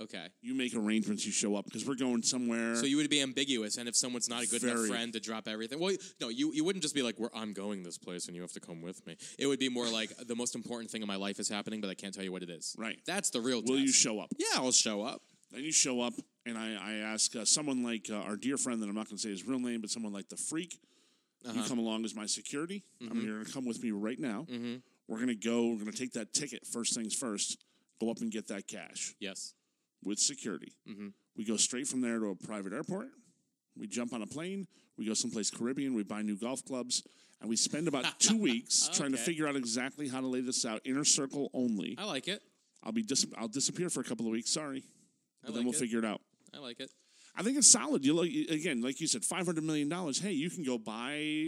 Speaker 2: Okay.
Speaker 1: You make arrangements. You show up because we're going somewhere.
Speaker 2: So you would be ambiguous, and if someone's not a good enough
Speaker 1: Very.
Speaker 2: friend to drop everything, well, no, you, you wouldn't just be like, "We're I'm going this place, and you have to come with me." It would be more like the most important thing in my life is happening, but I can't tell you what it is.
Speaker 1: Right.
Speaker 2: That's the real.
Speaker 1: Will you
Speaker 2: test.
Speaker 1: show up?
Speaker 2: yeah, I'll show up.
Speaker 1: Then you show up, and I, I ask uh, someone like uh, our dear friend that I'm not going to say his real name, but someone like the freak. You
Speaker 2: Uh-huh.
Speaker 1: come along as my security. I
Speaker 2: Mm-hmm.
Speaker 1: mean, you're going to come with me right now. We're going to go. We're going to take that ticket first things first. Go up and get that cash
Speaker 2: Yes. Mm-hmm.
Speaker 1: with security. We go straight from there to a private airport. We jump on a plane. We go someplace Caribbean. We buy new golf clubs. And we spend about two weeks trying to
Speaker 2: Okay.
Speaker 1: figure out exactly how to lay this out. Inner circle only.
Speaker 2: I like it.
Speaker 1: I'll be dis- I'll disappear for a couple of weeks. Sorry, but then
Speaker 2: like
Speaker 1: we'll
Speaker 2: it.
Speaker 1: figure it out.
Speaker 2: I like it.
Speaker 1: I think it's solid. You look again, like you said, five hundred million dollars. Hey, you can go buy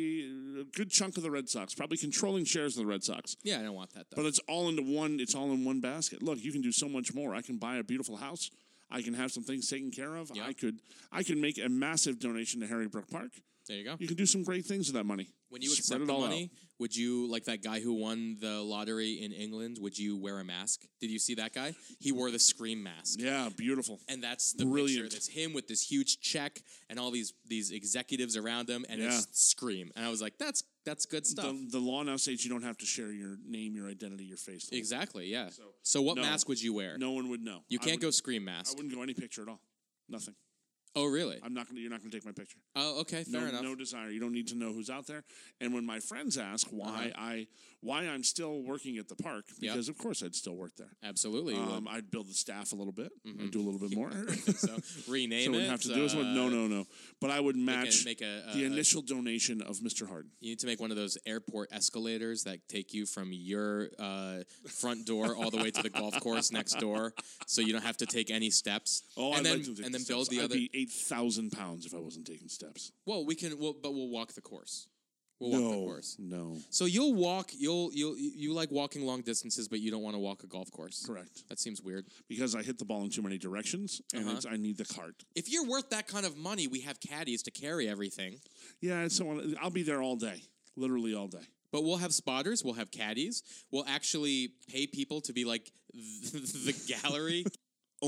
Speaker 1: a good chunk of the Red Sox, probably controlling shares of the Red Sox.
Speaker 2: Yeah, I don't want that though.
Speaker 1: But it's all into one. It's all in one basket. Look, you can do so much more. I can buy a beautiful house. I can have some things taken care of.
Speaker 2: Yeah.
Speaker 1: I could. I can make a massive donation to Harry Brook Park.
Speaker 2: there you go.
Speaker 1: You can do some great things with that money.
Speaker 2: when you
Speaker 1: Spread
Speaker 2: accept
Speaker 1: it
Speaker 2: the
Speaker 1: all out.
Speaker 2: money, would you like that guy who won the lottery in England? Would you wear a mask? Did you see that guy? He wore the scream mask.
Speaker 1: Yeah, beautiful.
Speaker 2: and that's the
Speaker 1: Brilliant.
Speaker 2: picture. That's him with this huge check and all these these executives around him, and
Speaker 1: Yeah.
Speaker 2: it's scream. And I was like, that's that's good stuff.
Speaker 1: The, the law now says you don't have to share your name, your identity, your face. the whole-
Speaker 2: exactly. Yeah. So, what
Speaker 1: no.
Speaker 2: mask would you wear?
Speaker 1: No one would know.
Speaker 2: you
Speaker 1: I
Speaker 2: can't
Speaker 1: would-
Speaker 2: go scream mask.
Speaker 1: I wouldn't go any picture at all. Nothing.
Speaker 2: oh, really?
Speaker 1: I'm not gonna. You're not gonna take my picture.
Speaker 2: oh, okay. Fair
Speaker 1: no,
Speaker 2: enough.
Speaker 1: no desire. You don't need to know who's out there. And when my friends ask why I why I'm still working at the park,
Speaker 2: Uh-huh. Yeah.
Speaker 1: because of course I'd still work there.
Speaker 2: Absolutely. you would.
Speaker 1: Um, I'd build the staff a little bit. I'd do a little bit more.
Speaker 2: so rename
Speaker 1: so
Speaker 2: it. uh,
Speaker 1: we'd have to do this one. No, no, no. But I would
Speaker 2: a-
Speaker 1: match
Speaker 2: make a- a-
Speaker 1: the
Speaker 2: a-
Speaker 1: initial donation of Mr. Harden.
Speaker 2: You need to make one of those airport escalators that take you from your uh, front door all the way to the golf course next door, so you don't have to take any steps.
Speaker 1: Oh,
Speaker 2: and
Speaker 1: I'd
Speaker 2: then,
Speaker 1: like to take
Speaker 2: and then
Speaker 1: steps.
Speaker 2: build the
Speaker 1: I'd
Speaker 2: other.
Speaker 1: be eight thousand pounds if I wasn't taking steps.
Speaker 2: Well, we can. We'll, but we'll walk the course. We'll walk the
Speaker 1: No,
Speaker 2: course.
Speaker 1: no,
Speaker 2: So you'll walk. You'll you'll you like walking long distances, but you don't want to walk a golf course.
Speaker 1: correct.
Speaker 2: That seems weird.
Speaker 1: Because I hit the ball in too many directions, and
Speaker 2: Uh-huh.
Speaker 1: it's, I need the cart.
Speaker 2: If you're worth that kind of money, we have caddies to carry everything.
Speaker 1: Yeah, it's someone. I'll be there all day, literally all day.
Speaker 2: But we'll have spotters. We'll have caddies. We'll actually pay people to be like the gallery.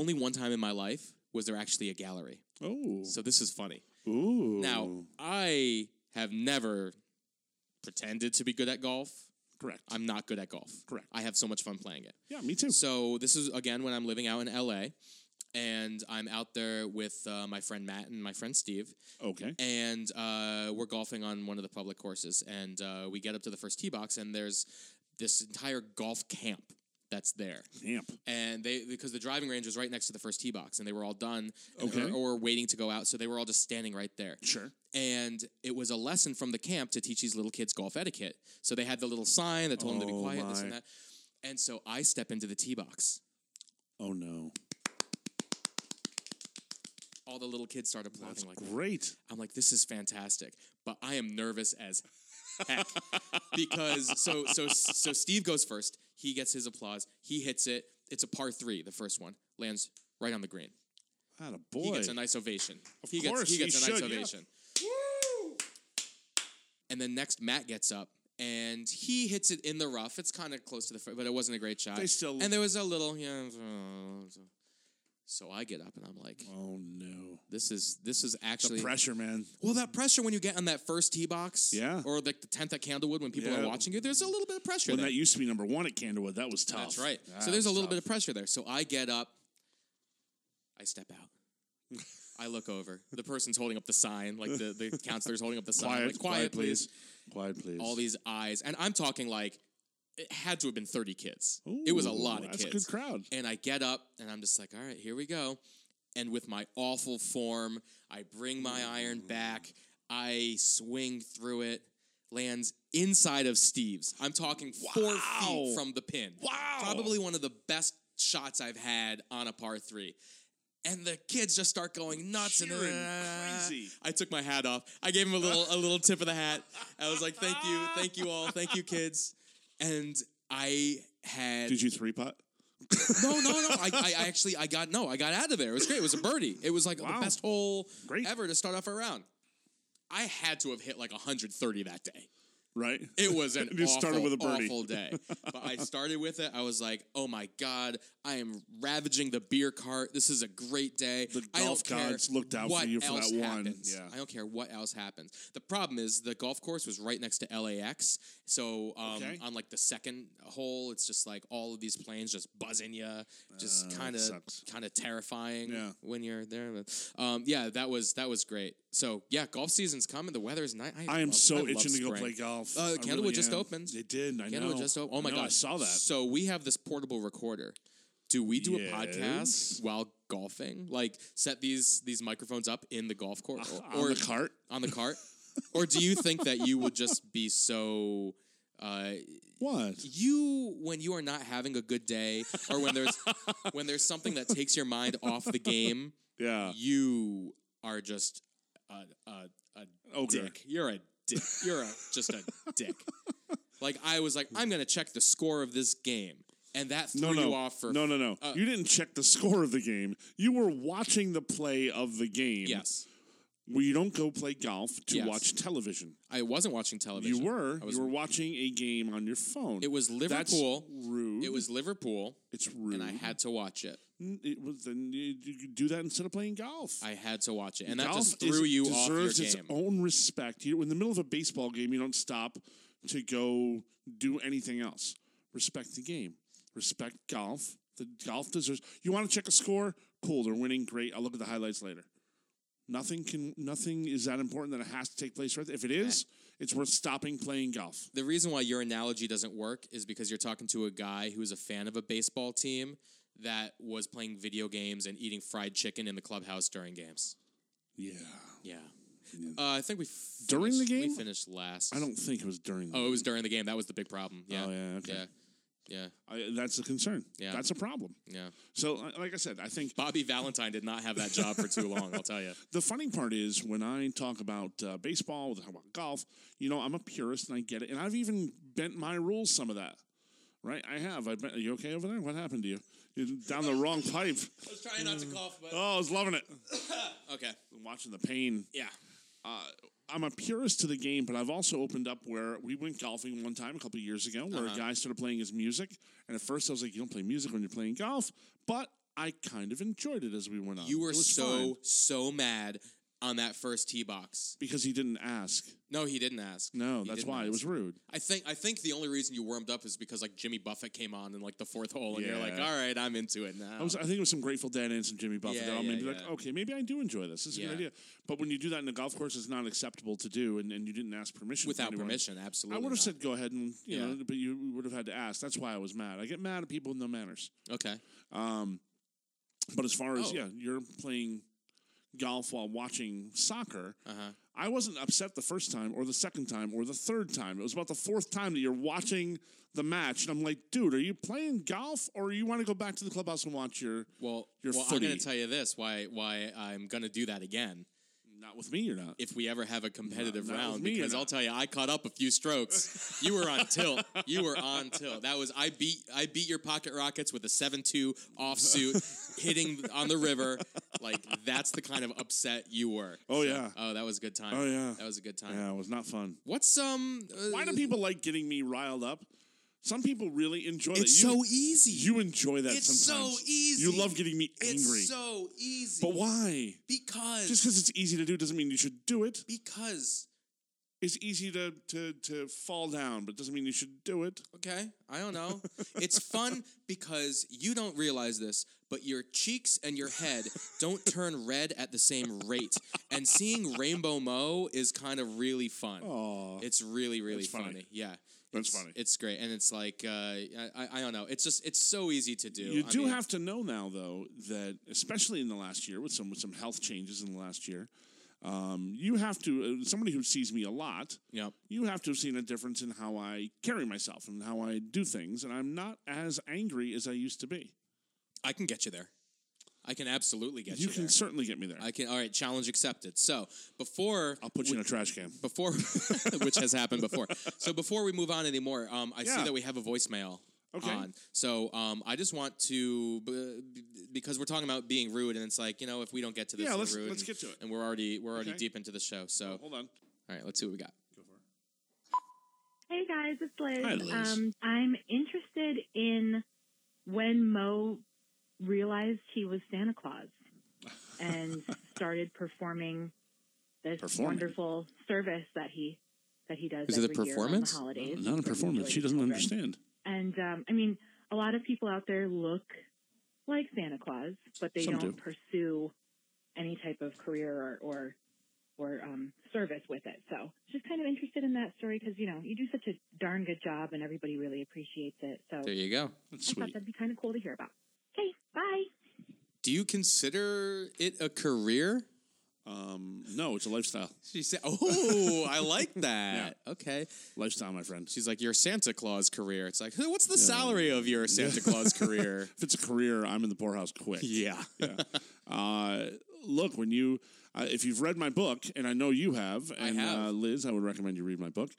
Speaker 2: Only one time in my life was there actually a gallery.
Speaker 1: Oh,
Speaker 2: So this is funny.
Speaker 1: ooh.
Speaker 2: Now I have never pretended to be good at golf.
Speaker 1: Correct.
Speaker 2: I'm not good at golf.
Speaker 1: Correct.
Speaker 2: I have so much fun playing it.
Speaker 1: yeah, me too.
Speaker 2: So this is again when I'm living out in LA, and I'm out there with uh, my friend Matt and my friend Steve,
Speaker 1: Okay.
Speaker 2: and uh, we're golfing on one of the public courses, and uh, we get up to the first tee box, and there's this entire golf camp that's there
Speaker 1: Amp.
Speaker 2: and they because the driving range was right next to the first tee box, and they were all done,
Speaker 1: Okay.
Speaker 2: or, or waiting to go out, so they were all just standing right there.
Speaker 1: Sure.
Speaker 2: And it was a lesson from the camp to teach these little kids golf etiquette. So they had the little sign that told them to be
Speaker 1: Oh,
Speaker 2: quiet, this and
Speaker 1: my.
Speaker 2: that. And so I step into the tee box.
Speaker 1: Oh no.
Speaker 2: All the little kids start applauding.
Speaker 1: That's
Speaker 2: like
Speaker 1: great.
Speaker 2: I'm like, this is fantastic, but I am nervous as heck because so so so Steve goes first. He gets his applause. He hits it. It's a par three. The first one lands right on the green.
Speaker 1: Atta
Speaker 2: He
Speaker 1: boy.
Speaker 2: gets a nice ovation.
Speaker 1: Of
Speaker 2: he
Speaker 1: course,
Speaker 2: gets, he
Speaker 1: he
Speaker 2: gets a nice
Speaker 1: should, yeah.
Speaker 2: ovation. And then next, Matt gets up and he hits it in the rough. It's kind of close to the front, but it wasn't a great shot.
Speaker 1: They still-
Speaker 2: and there was a little, yeah. So I get up and I'm like,
Speaker 1: oh no.
Speaker 2: this is this is actually
Speaker 1: Pressure, man.
Speaker 2: well that pressure when you get on that first tee box,
Speaker 1: Yeah.
Speaker 2: or like the tenth at Candlewood when people are
Speaker 1: Yeah.
Speaker 2: watching you. There's a little bit of pressure.
Speaker 1: When
Speaker 2: there.
Speaker 1: that used to be number one at Candlewood, that was tough.
Speaker 2: That's right.
Speaker 1: That
Speaker 2: so there's a
Speaker 1: was
Speaker 2: little
Speaker 1: tough.
Speaker 2: bit of pressure there. So I get up, I step out. I look over. The person's holding up the sign, like the, the counselor's holding up the sign.
Speaker 1: quiet,
Speaker 2: like, quiet, please.
Speaker 1: Quiet, please.
Speaker 2: All these eyes. And I'm talking like it had to have been 30 kids. it was a
Speaker 1: Ooh,
Speaker 2: lot of
Speaker 1: that's
Speaker 2: kids.
Speaker 1: a good crowd.
Speaker 2: And I get up and I'm just like, all right, here we go. And with my awful form, I bring my iron back. I swing through it, lands inside of Steve's. I'm talking four
Speaker 1: Wow.
Speaker 2: feet from the pin.
Speaker 1: Wow.
Speaker 2: Probably one of the best shots I've had on a par three. And the kids just start going nuts and
Speaker 1: Cheering crazy.
Speaker 2: I took my hat off. I gave him a little a little tip of the hat. I was like, "Thank you, thank you all, thank you, kids." And I had
Speaker 1: Did you three putt?
Speaker 2: no, no, no. I, I I actually I got no. I got out of there. It was great. It was a birdie. It was like
Speaker 1: Wow.
Speaker 2: the best hole
Speaker 1: Great.
Speaker 2: ever to start off a round. I had to have hit like 130 that day.
Speaker 1: Right.
Speaker 2: It was an
Speaker 1: Just
Speaker 2: awful,
Speaker 1: started with a birdie.
Speaker 2: awful day. But I started with it. I was like, oh my God, I am ravaging the beer cart. This is a great day. The
Speaker 1: golf gods looked out for you for that one. Yeah.
Speaker 2: I don't care what else happens. The problem is the golf course was right next to LAX. So um,
Speaker 1: Okay.
Speaker 2: on like the second hole, it's just like all of these planes just buzzing you, just
Speaker 1: Uh, that
Speaker 2: kind of
Speaker 1: sucks.
Speaker 2: kind of terrifying
Speaker 1: Yeah.
Speaker 2: when you're there. Um, yeah, that was that was great. So yeah, golf season's coming. The weather is nice.
Speaker 1: I am
Speaker 2: love-
Speaker 1: so
Speaker 2: I love
Speaker 1: itching to go
Speaker 2: spring.
Speaker 1: play golf.
Speaker 2: Uh,
Speaker 1: I
Speaker 2: Candlewood just
Speaker 1: am.
Speaker 2: opened.
Speaker 1: It did. I
Speaker 2: Candlewood
Speaker 1: know.
Speaker 2: just opened. Oh my
Speaker 1: I know,
Speaker 2: god,
Speaker 1: I saw that.
Speaker 2: So we have this portable recorder. Do we do a
Speaker 1: Yes.
Speaker 2: podcast while golfing? Like set these these microphones up in the golf course
Speaker 1: on the cart.
Speaker 2: on the cart? or do you think that you would just be so uh,
Speaker 1: What?
Speaker 2: you when you are not having a good day or when there's when there's something that takes your mind off the game,
Speaker 1: Yeah.
Speaker 2: you are just a, a, a
Speaker 1: Ogre.
Speaker 2: dick. You're a dick. You're a, just a dick. Like I was like, I'm gonna check the score of this game, and that threw
Speaker 1: No, no.
Speaker 2: you off for
Speaker 1: no, no, no.
Speaker 2: uh,
Speaker 1: you didn't check the score of the game. You were watching the play of the game.
Speaker 2: yes.
Speaker 1: Where you don't go play golf to
Speaker 2: Yes.
Speaker 1: watch television.
Speaker 2: I wasn't watching television.
Speaker 1: You were.
Speaker 2: I was-
Speaker 1: you were watching a game on your phone.
Speaker 2: It was
Speaker 1: That's
Speaker 2: Liverpool.
Speaker 1: rude.
Speaker 2: It was Liverpool,
Speaker 1: It's rude.
Speaker 2: and I had to watch it.
Speaker 1: Mm, It was. Then you, you could do that instead of playing golf.
Speaker 2: I had to watch it, and that
Speaker 1: golf
Speaker 2: just threw
Speaker 1: is-
Speaker 2: you off your
Speaker 1: deserves its
Speaker 2: game.
Speaker 1: own respect. You, in the middle of a baseball game, you don't stop to go do anything else. Respect the game. Respect golf. The golf deserves. You want to check a score? Cool. They're winning. Great. I'll look at the highlights later. Nothing can. Nothing is that important that it has to take place right. there.
Speaker 2: Eh.
Speaker 1: If it is, it's worth stopping playing golf.
Speaker 2: the reason why your analogy doesn't work is because you're talking to a guy who's a fan of a baseball team that was playing video games and eating fried chicken in the clubhouse during games.
Speaker 1: Yeah.
Speaker 2: Yeah. Uh, I think we finished,
Speaker 1: During the
Speaker 2: we
Speaker 1: game?
Speaker 2: finished last.
Speaker 1: I don't think it was during. the
Speaker 2: Oh, it was during the game. That was the big problem. Yeah.
Speaker 1: Oh, yeah, okay.
Speaker 2: Yeah. Yeah.
Speaker 1: I, that's a concern.
Speaker 2: Yeah.
Speaker 1: That's a problem.
Speaker 2: Yeah.
Speaker 1: So, li- like I said, I think
Speaker 2: Bobby Valentine did not have that job for too long. I'll tell you.
Speaker 1: the funny part is when I talk about uh, baseball, when I talk about golf, you know, I'm a purist and I get it. And I've even bent my rules some of that, right? I have. I bent, are you okay over there? What happened to you? You're down the wrong pipe.
Speaker 2: I was trying not to cough, but
Speaker 1: Oh, I was loving it. Oh.
Speaker 2: okay.
Speaker 1: I'm watching the pain.
Speaker 2: Yeah.
Speaker 1: Uh, I'm a purist to the game, but I've also opened up where we went golfing one time a couple of years ago where
Speaker 2: Uh-huh.
Speaker 1: a guy started playing his music. And at first I was like, you don't play music when you're playing golf. But I kind of enjoyed it as we went on.
Speaker 2: You
Speaker 1: It
Speaker 2: were
Speaker 1: was
Speaker 2: so
Speaker 1: fun.
Speaker 2: so mad. on that first tee box.
Speaker 1: because he didn't ask.
Speaker 2: No, he didn't ask.
Speaker 1: No,
Speaker 2: He
Speaker 1: that's
Speaker 2: didn't
Speaker 1: why it
Speaker 2: ask.
Speaker 1: was rude.
Speaker 2: I think I think the only reason you warmed up is because like Jimmy Buffett came on in like the fourth hole, and you're like,
Speaker 1: Yeah.
Speaker 2: all right, I'm into it now.
Speaker 1: I, was, I think it was some Grateful Dead and some Jimmy Buffett.
Speaker 2: Oh. Yeah,
Speaker 1: that all made
Speaker 2: yeah,
Speaker 1: me like,
Speaker 2: yeah.
Speaker 1: okay, maybe I do enjoy this. This is a
Speaker 2: Yeah.
Speaker 1: good idea. But when you do that in a golf course, it's not acceptable to do, and, and you didn't ask permission. from
Speaker 2: Without
Speaker 1: anyone.
Speaker 2: permission, absolutely.
Speaker 1: I would have
Speaker 2: not.
Speaker 1: said go ahead and you
Speaker 2: Yeah.
Speaker 1: know, but you would have had to ask. That's why I was mad. I get mad at people with no manners.
Speaker 2: okay.
Speaker 1: Um, but as far as
Speaker 2: Oh.
Speaker 1: yeah, you're playing golf while watching soccer.
Speaker 2: Uh huh.
Speaker 1: I wasn't upset the first time, or the second time, or the third time. It was about the fourth time that you're watching the match, and I'm like, dude, are you playing golf, or you want to go back to the clubhouse and watch your?
Speaker 2: Well,
Speaker 1: Your
Speaker 2: well, I'm going
Speaker 1: footy.
Speaker 2: to tell you this: why why I'm going to do that again
Speaker 1: Not with me, you're not.
Speaker 2: if we ever have a competitive
Speaker 1: not with
Speaker 2: round.
Speaker 1: me, you're
Speaker 2: because I'll
Speaker 1: not.
Speaker 2: tell you, I caught up a few strokes. you were on tilt. You were on tilt. That was I beat I beat your pocket rockets with a seven two offsuit, hitting on the river. Like that's the kind of upset you were.
Speaker 1: Oh, yeah.
Speaker 2: Oh, that was a good time.
Speaker 1: Oh, yeah.
Speaker 2: That was a good time.
Speaker 1: Yeah, it was not fun.
Speaker 2: What's um? Uh,
Speaker 1: Why do people like getting me riled up? Some people really enjoy
Speaker 2: It's
Speaker 1: that. You,
Speaker 2: so easy.
Speaker 1: you enjoy that
Speaker 2: It's so
Speaker 1: sometimes.
Speaker 2: easy.
Speaker 1: You love getting me angry.
Speaker 2: It's so easy.
Speaker 1: But why?
Speaker 2: because
Speaker 1: Just because it's easy to do doesn't mean you should do it.
Speaker 2: because
Speaker 1: It's easy to to to fall down, but doesn't mean you should do it.
Speaker 2: okay, I don't know. it's fun because you don't realize this, but your cheeks and your head don't turn red at the same rate. And seeing Rainbow Mo is kind of really fun.
Speaker 1: Oh,
Speaker 2: It's really really
Speaker 1: That's
Speaker 2: funny.
Speaker 1: funny.
Speaker 2: Yeah.
Speaker 1: That's
Speaker 2: It's-
Speaker 1: funny.
Speaker 2: It's great, and it's like uh, I, I- I don't know. It's just it's so easy to do.
Speaker 1: you
Speaker 2: I
Speaker 1: do
Speaker 2: mean,
Speaker 1: have to know now, though, that especially in the last year with some with some health changes in the last year, um, you have to uh, somebody who sees me a lot.
Speaker 2: Yep.
Speaker 1: You have to have seen a difference in how I carry myself and how I do things, and I'm not as angry as I used to be.
Speaker 2: I can get you there. I can absolutely get you,
Speaker 1: you can
Speaker 2: there.
Speaker 1: certainly get me there.
Speaker 2: I can. All right, challenge accepted. So before
Speaker 1: I'll put you in a trash can.
Speaker 2: before, which has happened before. So before we move on anymore, um, I see
Speaker 1: Yeah.
Speaker 2: that we have a voicemail.
Speaker 1: Okay.
Speaker 2: On. So um, I just want to b- b- because we're talking about being rude, and it's like you know if we don't get to this,
Speaker 1: Yeah,
Speaker 2: we're
Speaker 1: let's-
Speaker 2: rude
Speaker 1: let's
Speaker 2: and-
Speaker 1: get to it.
Speaker 2: And we're already we're already
Speaker 1: Okay. Oh.
Speaker 2: deep into the show. So
Speaker 1: Hold on.
Speaker 2: all right, let's see what we got.
Speaker 3: Hey guys, it's Liz.
Speaker 1: Hi, Liz.
Speaker 3: Um, I'm interested in when Mo realized he was Santa Claus and started performing this
Speaker 1: Performing?
Speaker 3: wonderful service that he that he does.
Speaker 2: Is it a
Speaker 3: every year on
Speaker 2: performance?
Speaker 3: the holidays.
Speaker 1: Not a
Speaker 3: for
Speaker 1: performance.
Speaker 3: really
Speaker 1: She doesn't
Speaker 3: children.
Speaker 1: understand.
Speaker 3: And um, I mean, a lot of people out there look like Santa Claus, but they
Speaker 1: Some
Speaker 3: don't
Speaker 1: do.
Speaker 3: pursue any type of career or or, or um, service with it. So just kind of interested in that story because you know you do such a darn good job, and everybody really appreciates it. So
Speaker 2: There you go.
Speaker 1: That's
Speaker 3: I thought
Speaker 1: sweet.
Speaker 3: that'd be kind of cool to hear about. Okay, bye.
Speaker 2: Do you consider it a career?
Speaker 1: Um, no, it's a lifestyle.
Speaker 2: She said, "Oh, I like that. Okay."
Speaker 1: Lifestyle, my friend.
Speaker 2: She's like, "Your Santa Claus career." It's like, "Hey, "What's the salary of your Santa Claus career?"
Speaker 1: if it's a career, I'm in the poorhouse quick.
Speaker 2: yeah.
Speaker 1: Yeah. Uh, look, when you, uh, if you've read my book, and I know you have, and
Speaker 2: I have.
Speaker 1: Uh, Liz, I would recommend you read my book.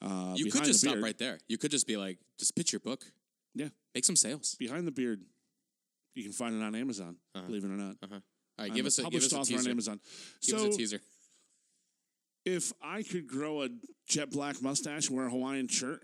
Speaker 1: Uh,
Speaker 2: You could
Speaker 1: Behind the
Speaker 2: just stop
Speaker 1: Beard.
Speaker 2: right there. You could just be like, just pitch your book.
Speaker 1: Yeah.
Speaker 2: Make some sales.
Speaker 1: Behind the Beard. You can find it on Amazon,
Speaker 2: Uh-huh.
Speaker 1: believe it or not.
Speaker 2: All right,
Speaker 1: I'm
Speaker 2: give us, a, give
Speaker 1: published
Speaker 2: us a
Speaker 1: author
Speaker 2: teaser.
Speaker 1: on Amazon.
Speaker 2: Give
Speaker 1: so
Speaker 2: us a teaser.
Speaker 1: if I could grow a jet black mustache, wear a Hawaiian shirt,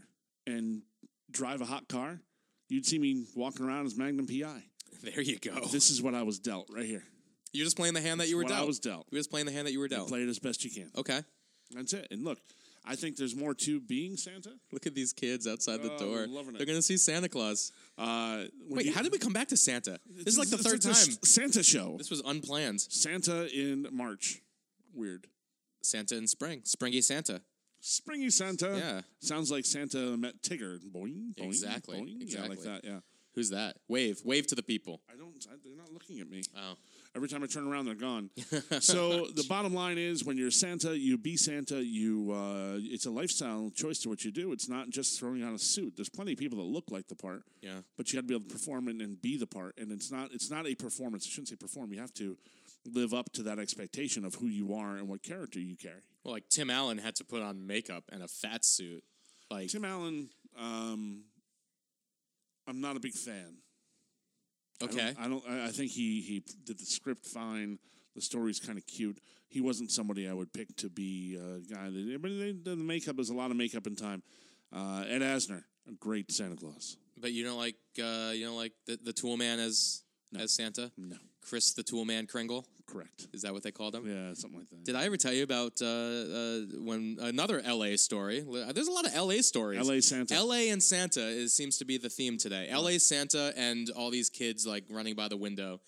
Speaker 1: and drive a hot car, you'd see me walking around as Magnum PI.
Speaker 2: There you go.
Speaker 1: This is what I was dealt right here.
Speaker 2: You're just playing the hand that you were
Speaker 1: what I
Speaker 2: dealt.
Speaker 1: was dealt.
Speaker 2: You're just playing the hand that you were dealt.
Speaker 1: Play it as best you can.
Speaker 2: Okay.
Speaker 1: Oh, That's it. And look, I think there's more to being Santa.
Speaker 2: Look at these kids outside the
Speaker 1: Oh,
Speaker 2: door.
Speaker 1: loving it.
Speaker 2: They're going to see Santa Claus.
Speaker 1: Uh, when
Speaker 2: Wait,
Speaker 1: you-
Speaker 2: how did we come back to Santa? This is like the
Speaker 1: It's-
Speaker 2: third
Speaker 1: it's like the
Speaker 2: time.
Speaker 1: S- Santa show.
Speaker 2: This was unplanned.
Speaker 1: Santa in March. Weird.
Speaker 2: Santa in spring. Springy Santa.
Speaker 1: Springy Santa.
Speaker 2: Yeah.
Speaker 1: Sounds like Santa met Tigger. Boing, boing,
Speaker 2: Exactly,
Speaker 1: boing. Yeah,
Speaker 2: exactly.
Speaker 1: like that. Yeah.
Speaker 2: Who's that? Wave. Wave to the people.
Speaker 1: I don't. I, they're not looking at me.
Speaker 2: Oh.
Speaker 1: Every time I turn around, they're gone. so the bottom line is, when you're Santa, you be Santa. You. Uh, it's a lifestyle choice to what you do. It's not just throwing on a suit. There's plenty of people that look like the part.
Speaker 2: Yeah.
Speaker 1: but you got to be able to perform and, and be the part. And it's not it's not a performance. I shouldn't say perform. You have to live up to that expectation of who you are and what character you carry.
Speaker 2: Well, like Tim Allen had to put on makeup and a fat suit. Like,
Speaker 1: Tim Allen, um, I'm not a big fan.
Speaker 2: okay.
Speaker 1: I don't. I, don't, I- I think he he did the script fine. The story's kind of cute. He wasn't somebody I would pick to be a guy. That, but they, the makeup there's a lot of makeup and time. Uh, Ed Asner, a great Santa Claus.
Speaker 2: But you don't like uh, you don't like the, the Tool Man as as Santa.
Speaker 1: No.
Speaker 2: Chris the Tool Man Kringle.
Speaker 1: Correct.
Speaker 2: Is that what they called him?
Speaker 1: Yeah, something like that.
Speaker 2: Did I ever tell you about uh, uh, when another LA story? There's a lot of LA stories.
Speaker 1: L.A. Santa.
Speaker 2: LA and Santa is, seems to be the theme today. LA Santa and all these kids like running by the window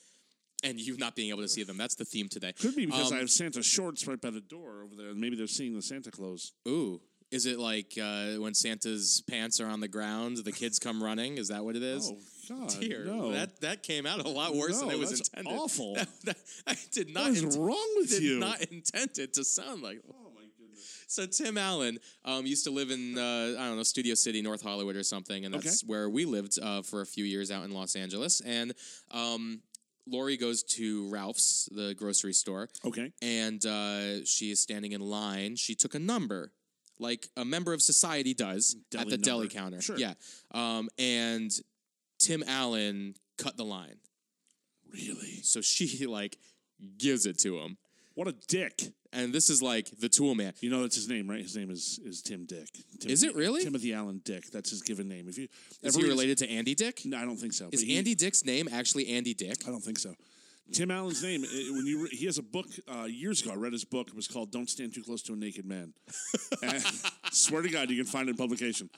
Speaker 2: and you not being able to see them. That's the theme today.
Speaker 1: Could be because
Speaker 2: Um,
Speaker 1: I have Santa shorts right by the door over there. and Maybe they're seeing the Santa Claus.
Speaker 2: Ooh. Is it like uh, when Santa's pants are on the ground, the kids come running? Is that what it is?
Speaker 1: Oh God!
Speaker 2: Dear,
Speaker 1: no,
Speaker 2: that that came out a lot worse than
Speaker 1: No,
Speaker 2: it was
Speaker 1: that's
Speaker 2: intended.
Speaker 1: awful.
Speaker 2: That, that- I did not.
Speaker 1: what is
Speaker 2: int-
Speaker 1: wrong with
Speaker 2: did
Speaker 1: you?
Speaker 2: not intend it to sound like.
Speaker 1: oh my goodness!
Speaker 2: So Tim Allen um, used to live in uh, I don't know Studio City, North Hollywood, or something, and
Speaker 1: Okay.
Speaker 2: that's where we lived uh, for a few years out in Los Angeles. And um, Lori goes to Ralph's, the grocery store,
Speaker 1: Okay.
Speaker 2: and uh, she is standing in line. She took a number, like a member of society does
Speaker 1: Deli
Speaker 2: at the deli
Speaker 1: number.
Speaker 2: counter.
Speaker 1: Sure.
Speaker 2: Yeah, um, and Tim Allen cut the line,
Speaker 1: Really?
Speaker 2: so she like gives it to him.
Speaker 1: What a dick!
Speaker 2: And this is like the tool man.
Speaker 1: You know that's his name, right? His name is is Tim Dick. Timothy,
Speaker 2: Is it really?
Speaker 1: Timothy Allen Dick? That's his given name. If you
Speaker 2: Is
Speaker 1: ever
Speaker 2: he
Speaker 1: read-
Speaker 2: related to Andy Dick?
Speaker 1: No, I don't think so.
Speaker 2: Is
Speaker 1: but he-
Speaker 2: Andy Dick's name actually Andy Dick?
Speaker 1: I don't think so. Tim Allen's name. i- when you re- he has a book uh, years ago, I read his book. It was called "Don't Stand Too Close to a Naked Man." And swear to God, you can find it in publication.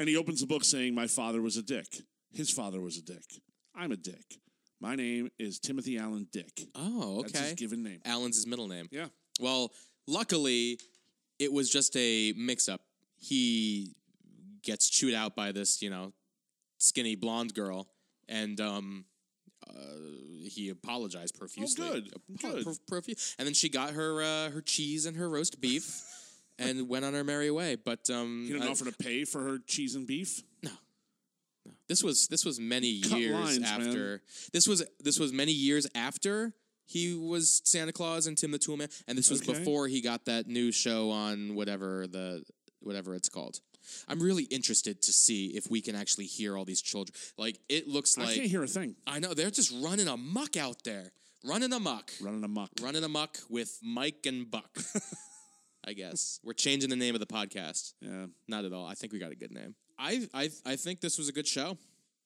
Speaker 1: And he opens the book saying, "My father was a dick. His father was a dick. I'm a dick. My name is Timothy Allen Dick.
Speaker 2: Oh,
Speaker 1: That's his
Speaker 2: okay.
Speaker 1: given name.
Speaker 2: Allen's his middle name.
Speaker 1: Yeah,
Speaker 2: Well, luckily, it was just a mix-up. He gets chewed out by this, you know, skinny blonde girl, and um, uh, he apologized profusely.
Speaker 1: Oh, good. Good.
Speaker 2: profu- and then she got her uh, her cheese and her roast beef, and went on her merry way. But um,
Speaker 1: he didn't
Speaker 2: I-
Speaker 1: offer to pay for her cheese and beef.
Speaker 2: This was this was many
Speaker 1: Cut
Speaker 2: years
Speaker 1: lines, man.
Speaker 2: after. This was this was many years after he was Santa Claus and Tim the Tool Man, and this was
Speaker 1: Okay.
Speaker 2: before he got that new show on whatever the whatever it's called. I'm really interested to see if we can actually hear all these children. Like it looks
Speaker 1: I
Speaker 2: like
Speaker 1: can't hear a thing.
Speaker 2: I know they're just running amok out there, running amok,
Speaker 1: Running amok.
Speaker 2: running amok with Mike and Buck. I guess we're changing the name of the podcast.
Speaker 1: Yeah.
Speaker 2: Not at all. I think we got a good name. I I I think this was a good show.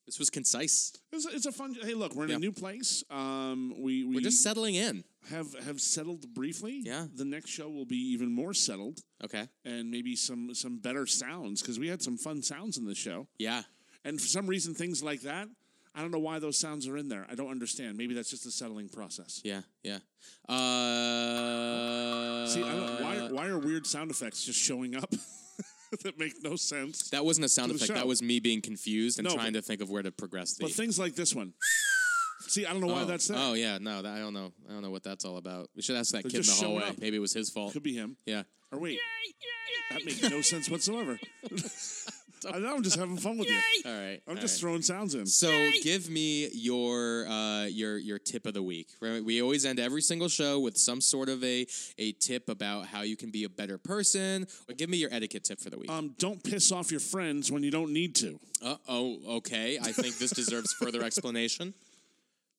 Speaker 2: This was concise.
Speaker 1: It's a, it's a fun. Hey, look, we're in
Speaker 2: Yeah.
Speaker 1: a new place. Um, we we
Speaker 2: We're just settling in.
Speaker 1: have have settled briefly.
Speaker 2: Yeah.
Speaker 1: The next show will be even more settled
Speaker 2: Okay.
Speaker 1: and maybe some some better sounds because we had some fun sounds in the show.
Speaker 2: Yeah.
Speaker 1: And for some reason, things like that, I don't know why those sounds are in there. I don't understand. Maybe that's just the settling process.
Speaker 2: Yeah. Yeah. Uh,
Speaker 1: See, I don't, why why are weird sound effects just showing up that make no sense?
Speaker 2: that wasn't a sound
Speaker 1: to the
Speaker 2: effect.
Speaker 1: show.
Speaker 2: That was me being confused and
Speaker 1: No,
Speaker 2: trying to think of where to progress the.
Speaker 1: But things like this one. See, I don't know why
Speaker 2: oh,
Speaker 1: that's there.
Speaker 2: Oh yeah. No, that, I don't know. I don't know what that's all about. We should ask that kid in the
Speaker 1: just showing
Speaker 2: hallway.
Speaker 1: up.
Speaker 2: Maybe it was his fault.
Speaker 1: Could be him.
Speaker 2: yeah.
Speaker 1: Or wait, that makes no sense whatsoever. I know I'm just having fun with you.
Speaker 2: All right.
Speaker 1: I'm
Speaker 2: all
Speaker 1: just
Speaker 2: right.
Speaker 1: throwing sounds in.
Speaker 2: So give me your uh, your your tip of the week. Right? We always end every single show with some sort of a a tip about how you can be a better person. But give me your etiquette tip for the week.
Speaker 1: Um, don't piss off your friends when you don't need to.
Speaker 2: Uh, oh, okay. I think this deserves further explanation.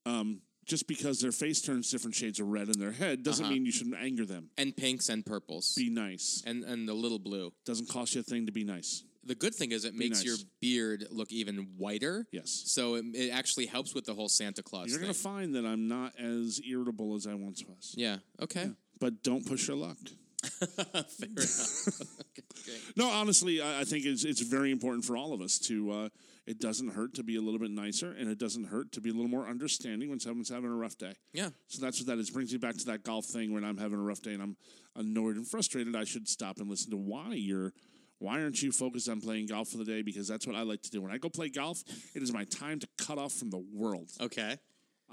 Speaker 1: Um, Just because their face turns different shades of red in their head doesn't mean you shouldn't anger them.
Speaker 2: And pinks and purples.
Speaker 1: Be nice.
Speaker 2: and and the little blue.
Speaker 1: Doesn't cost you a thing to be nice.
Speaker 2: The good thing is it makes
Speaker 1: nice.
Speaker 2: your beard look even whiter.
Speaker 1: Yes.
Speaker 2: So it, it actually helps with the whole Santa Claus
Speaker 1: You're
Speaker 2: thing.
Speaker 1: going to find that I'm not as irritable as I once was.
Speaker 2: yeah. Okay.
Speaker 1: But don't push your luck.
Speaker 2: Fair enough. okay, great.
Speaker 1: No, honestly, I, I think it's, it's very important for all of us to. Uh, it doesn't hurt to be a little bit nicer, and it doesn't hurt to be a little more understanding when someone's having a rough day.
Speaker 2: Yeah.
Speaker 1: So that's what that is. Brings me back to that golf thing when I'm having a rough day and I'm annoyed and frustrated. I should stop and listen to why you're. Why aren't you focused on playing golf for the day? Because that's what I like to do. When I go play golf, it is my time to cut off from the world.
Speaker 2: Okay.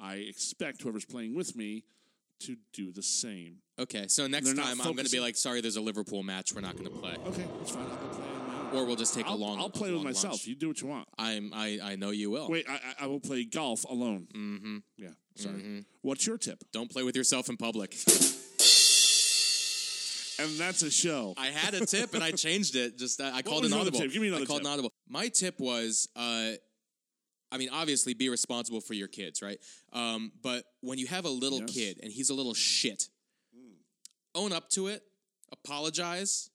Speaker 1: I expect whoever's playing with me to do the same.
Speaker 2: Okay. So next
Speaker 1: They're not
Speaker 2: time I'm going to be
Speaker 1: focusing-
Speaker 2: like, sorry, there's a Liverpool match. We're not going to play.
Speaker 1: Okay, that's fine. I'll go play on my own.
Speaker 2: Or we'll just take
Speaker 1: I'll,
Speaker 2: a long.
Speaker 1: I'll play
Speaker 2: a
Speaker 1: with
Speaker 2: long lunch.
Speaker 1: myself. You do what you want.
Speaker 2: I'm. I. I know you will.
Speaker 1: Wait, I, I- I will play golf alone. Mm-hmm. Yeah, sorry.
Speaker 2: Mm-hmm.
Speaker 1: What's your tip?
Speaker 2: Don't play with yourself in public.
Speaker 1: And that's a show.
Speaker 2: I had a tip and I changed it. Just I, I called
Speaker 1: was
Speaker 2: an
Speaker 1: your other
Speaker 2: audible.
Speaker 1: tip? Give me another
Speaker 2: I called
Speaker 1: tip.
Speaker 2: an audible. My tip was, uh, I mean, obviously be responsible for your kids, right? Um, but when you have a little
Speaker 1: Yes. Mm.
Speaker 2: kid and he's a little shit, own up to it. Apologize.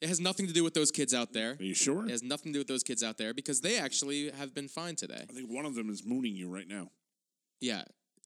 Speaker 2: It has nothing to do with those kids out there.
Speaker 1: Are you sure?
Speaker 2: It has nothing to do with those kids out there because they actually have been fine today.
Speaker 1: I think one of them is mooning you right now.
Speaker 2: Yeah.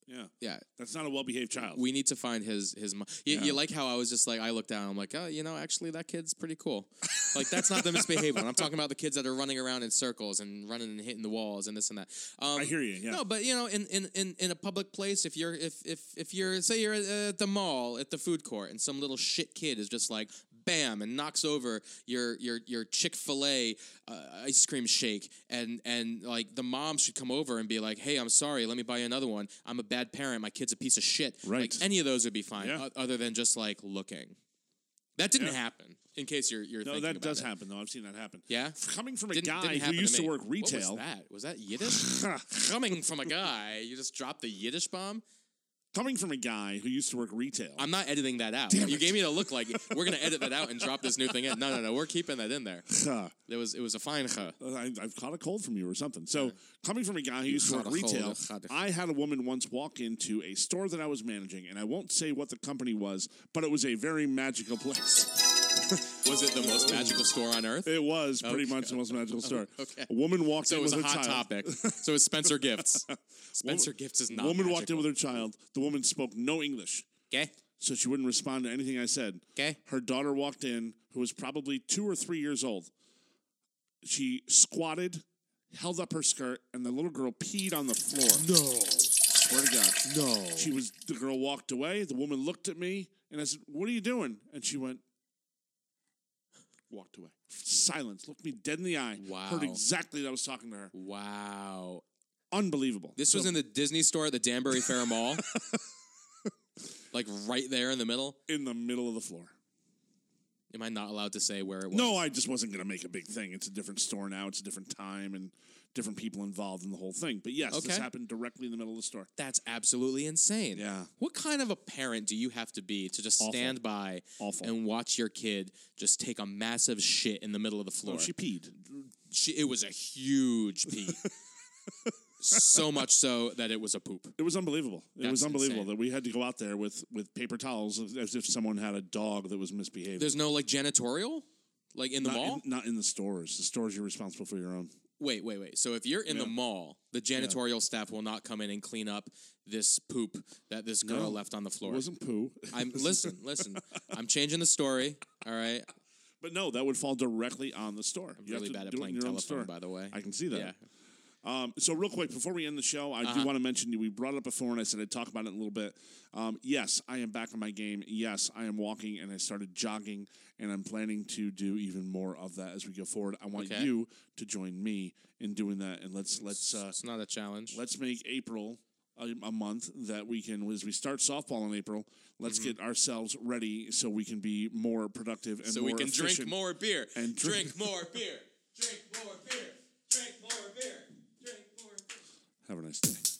Speaker 1: Yeah.
Speaker 2: Yeah,
Speaker 1: That's not a well behaved child.
Speaker 2: we need to find his his. Mo- you,
Speaker 1: Yeah.
Speaker 2: you like how I was just like I looked down. I'm like, oh, you know, actually that kid's pretty cool. like that's not the misbehaved one. I'm talking about the kids that are running around in circles and running and hitting the walls and this and that. Um,
Speaker 1: I hear you. Yeah.
Speaker 2: No, but you know, in, in, in, in a public place, if you're if if if you're say you're at, uh, at the mall at the food court, and some little shit kid is just like bam and knocks over your your your Chick fil A uh, ice cream shake, and and like the mom should come over and be like, hey, I'm sorry, let me buy you another one. I'm a bad parent. My kid's a piece of shit.
Speaker 1: Right.
Speaker 2: Like any of those would be fine,
Speaker 1: Yeah.
Speaker 2: o- other than just like looking. That didn't
Speaker 1: Yeah.
Speaker 2: happen. In case you're you're
Speaker 1: no,
Speaker 2: thinking
Speaker 1: that
Speaker 2: about
Speaker 1: does
Speaker 2: that.
Speaker 1: happen though. I've seen that happen.
Speaker 2: Yeah.
Speaker 1: Coming from a
Speaker 2: Didn't-
Speaker 1: guy
Speaker 2: didn't
Speaker 1: who
Speaker 2: happen to
Speaker 1: used to,
Speaker 2: me.
Speaker 1: work
Speaker 2: What
Speaker 1: retail.
Speaker 2: was that? Was that Yiddish? coming from a guy, you just dropped the Yiddish bomb.
Speaker 1: Coming from a guy who used to work retail.
Speaker 2: I'm not editing that out.
Speaker 1: Damn
Speaker 2: you
Speaker 1: it.
Speaker 2: gave me the look like we're gonna edit that out and drop this new thing in. No, no, no, we're keeping that in there. It was it was a fine. Huh.
Speaker 1: I, I've caught a cold from you or something. So, coming from a guy who used to
Speaker 2: caught
Speaker 1: work
Speaker 2: a cold,
Speaker 1: retail,
Speaker 2: I caught a-
Speaker 1: I had a woman once walk into a store that I was managing, and I won't say what the company was, but it was a very magical place.
Speaker 2: Was it the most magical store on earth?
Speaker 1: It was pretty
Speaker 2: Okay.
Speaker 1: much the most magical store.
Speaker 2: Okay.
Speaker 1: A woman walked
Speaker 2: So
Speaker 1: in
Speaker 2: it was a
Speaker 1: with her
Speaker 2: hot
Speaker 1: child.
Speaker 2: topic. So it was Spencer Gifts. Spencer
Speaker 1: Woman-
Speaker 2: Gifts is not.
Speaker 1: Woman walked
Speaker 2: magical.
Speaker 1: in with her child. The woman spoke no English,
Speaker 2: Okay.
Speaker 1: so she wouldn't respond to anything I said.
Speaker 2: Okay.
Speaker 1: Her daughter walked in, who was probably two or three years old. She squatted, held up her skirt, and the little girl peed on the floor. Swear to God.
Speaker 2: No.
Speaker 1: She was the girl walked away. The woman looked at me and I said, "What are you doing?" And she went, walked away. Silence. Looked me dead in the eye.
Speaker 2: Wow.
Speaker 1: Heard exactly that I was talking to her.
Speaker 2: Wow.
Speaker 1: Unbelievable.
Speaker 2: This was in the Disney store at the Danbury Fair Mall. like right there in the middle.
Speaker 1: in the middle of the floor.
Speaker 2: Am I not allowed to say where it was?
Speaker 1: No, I just wasn't going to make a big thing. It's a different store now. It's a different time and different people involved in the whole thing. But yes, this
Speaker 2: Okay.
Speaker 1: happened directly in the middle of the store.
Speaker 2: That's absolutely insane.
Speaker 1: Yeah.
Speaker 2: What kind of a parent do you have to be to just
Speaker 1: Awful.
Speaker 2: stand by
Speaker 1: Awful.
Speaker 2: and watch your kid just take a massive shit in the middle of the floor?
Speaker 1: Oh, she peed.
Speaker 2: She- it was a huge pee. so much so that it was a poop.
Speaker 1: It was unbelievable. It was
Speaker 2: That's
Speaker 1: unbelievable
Speaker 2: insane.
Speaker 1: that we had to go out there with, with paper towels as if someone had a dog that was misbehaving.
Speaker 2: There's no like janitorial? Like in the
Speaker 1: not
Speaker 2: mall?
Speaker 1: In, not in the stores. The stores you're responsible for your own.
Speaker 2: wait, wait, wait. So if you're in the
Speaker 1: Yeah.
Speaker 2: mall, the janitorial staff will not come in and clean up this poop that this girl
Speaker 1: No.
Speaker 2: left on the
Speaker 1: It
Speaker 2: floor.
Speaker 1: wasn't poo.
Speaker 2: I'm listen, listen. I'm changing the story. All right.
Speaker 1: but no, that would fall directly on the store.
Speaker 2: I'm
Speaker 1: You have
Speaker 2: really
Speaker 1: to
Speaker 2: bad at
Speaker 1: do it in
Speaker 2: playing
Speaker 1: your own
Speaker 2: telephone,
Speaker 1: store.
Speaker 2: by the way.
Speaker 1: I can see that.
Speaker 2: Yeah. Uh-huh.
Speaker 1: Um, so real quick, before we end the show, I do want to mention we brought it up before, and I said I'd talk about it in a little bit. Um, yes, I am back on my game. Yes, I am walking, and I started jogging, and I'm planning to do even more of that as we go forward. I want
Speaker 2: Okay.
Speaker 1: you to join me in doing that, and let's let's uh,
Speaker 2: It's not a challenge.
Speaker 1: let's make April a, a month that we can, as we start softball in April, let's
Speaker 2: Mm-hmm.
Speaker 1: get ourselves ready so we can be more productive and
Speaker 2: so
Speaker 1: more
Speaker 2: we can
Speaker 1: efficient.
Speaker 2: drink more beer
Speaker 1: and drink-
Speaker 2: drink, more beer drink more beer drink more beer drink more beer
Speaker 1: Have a nice day.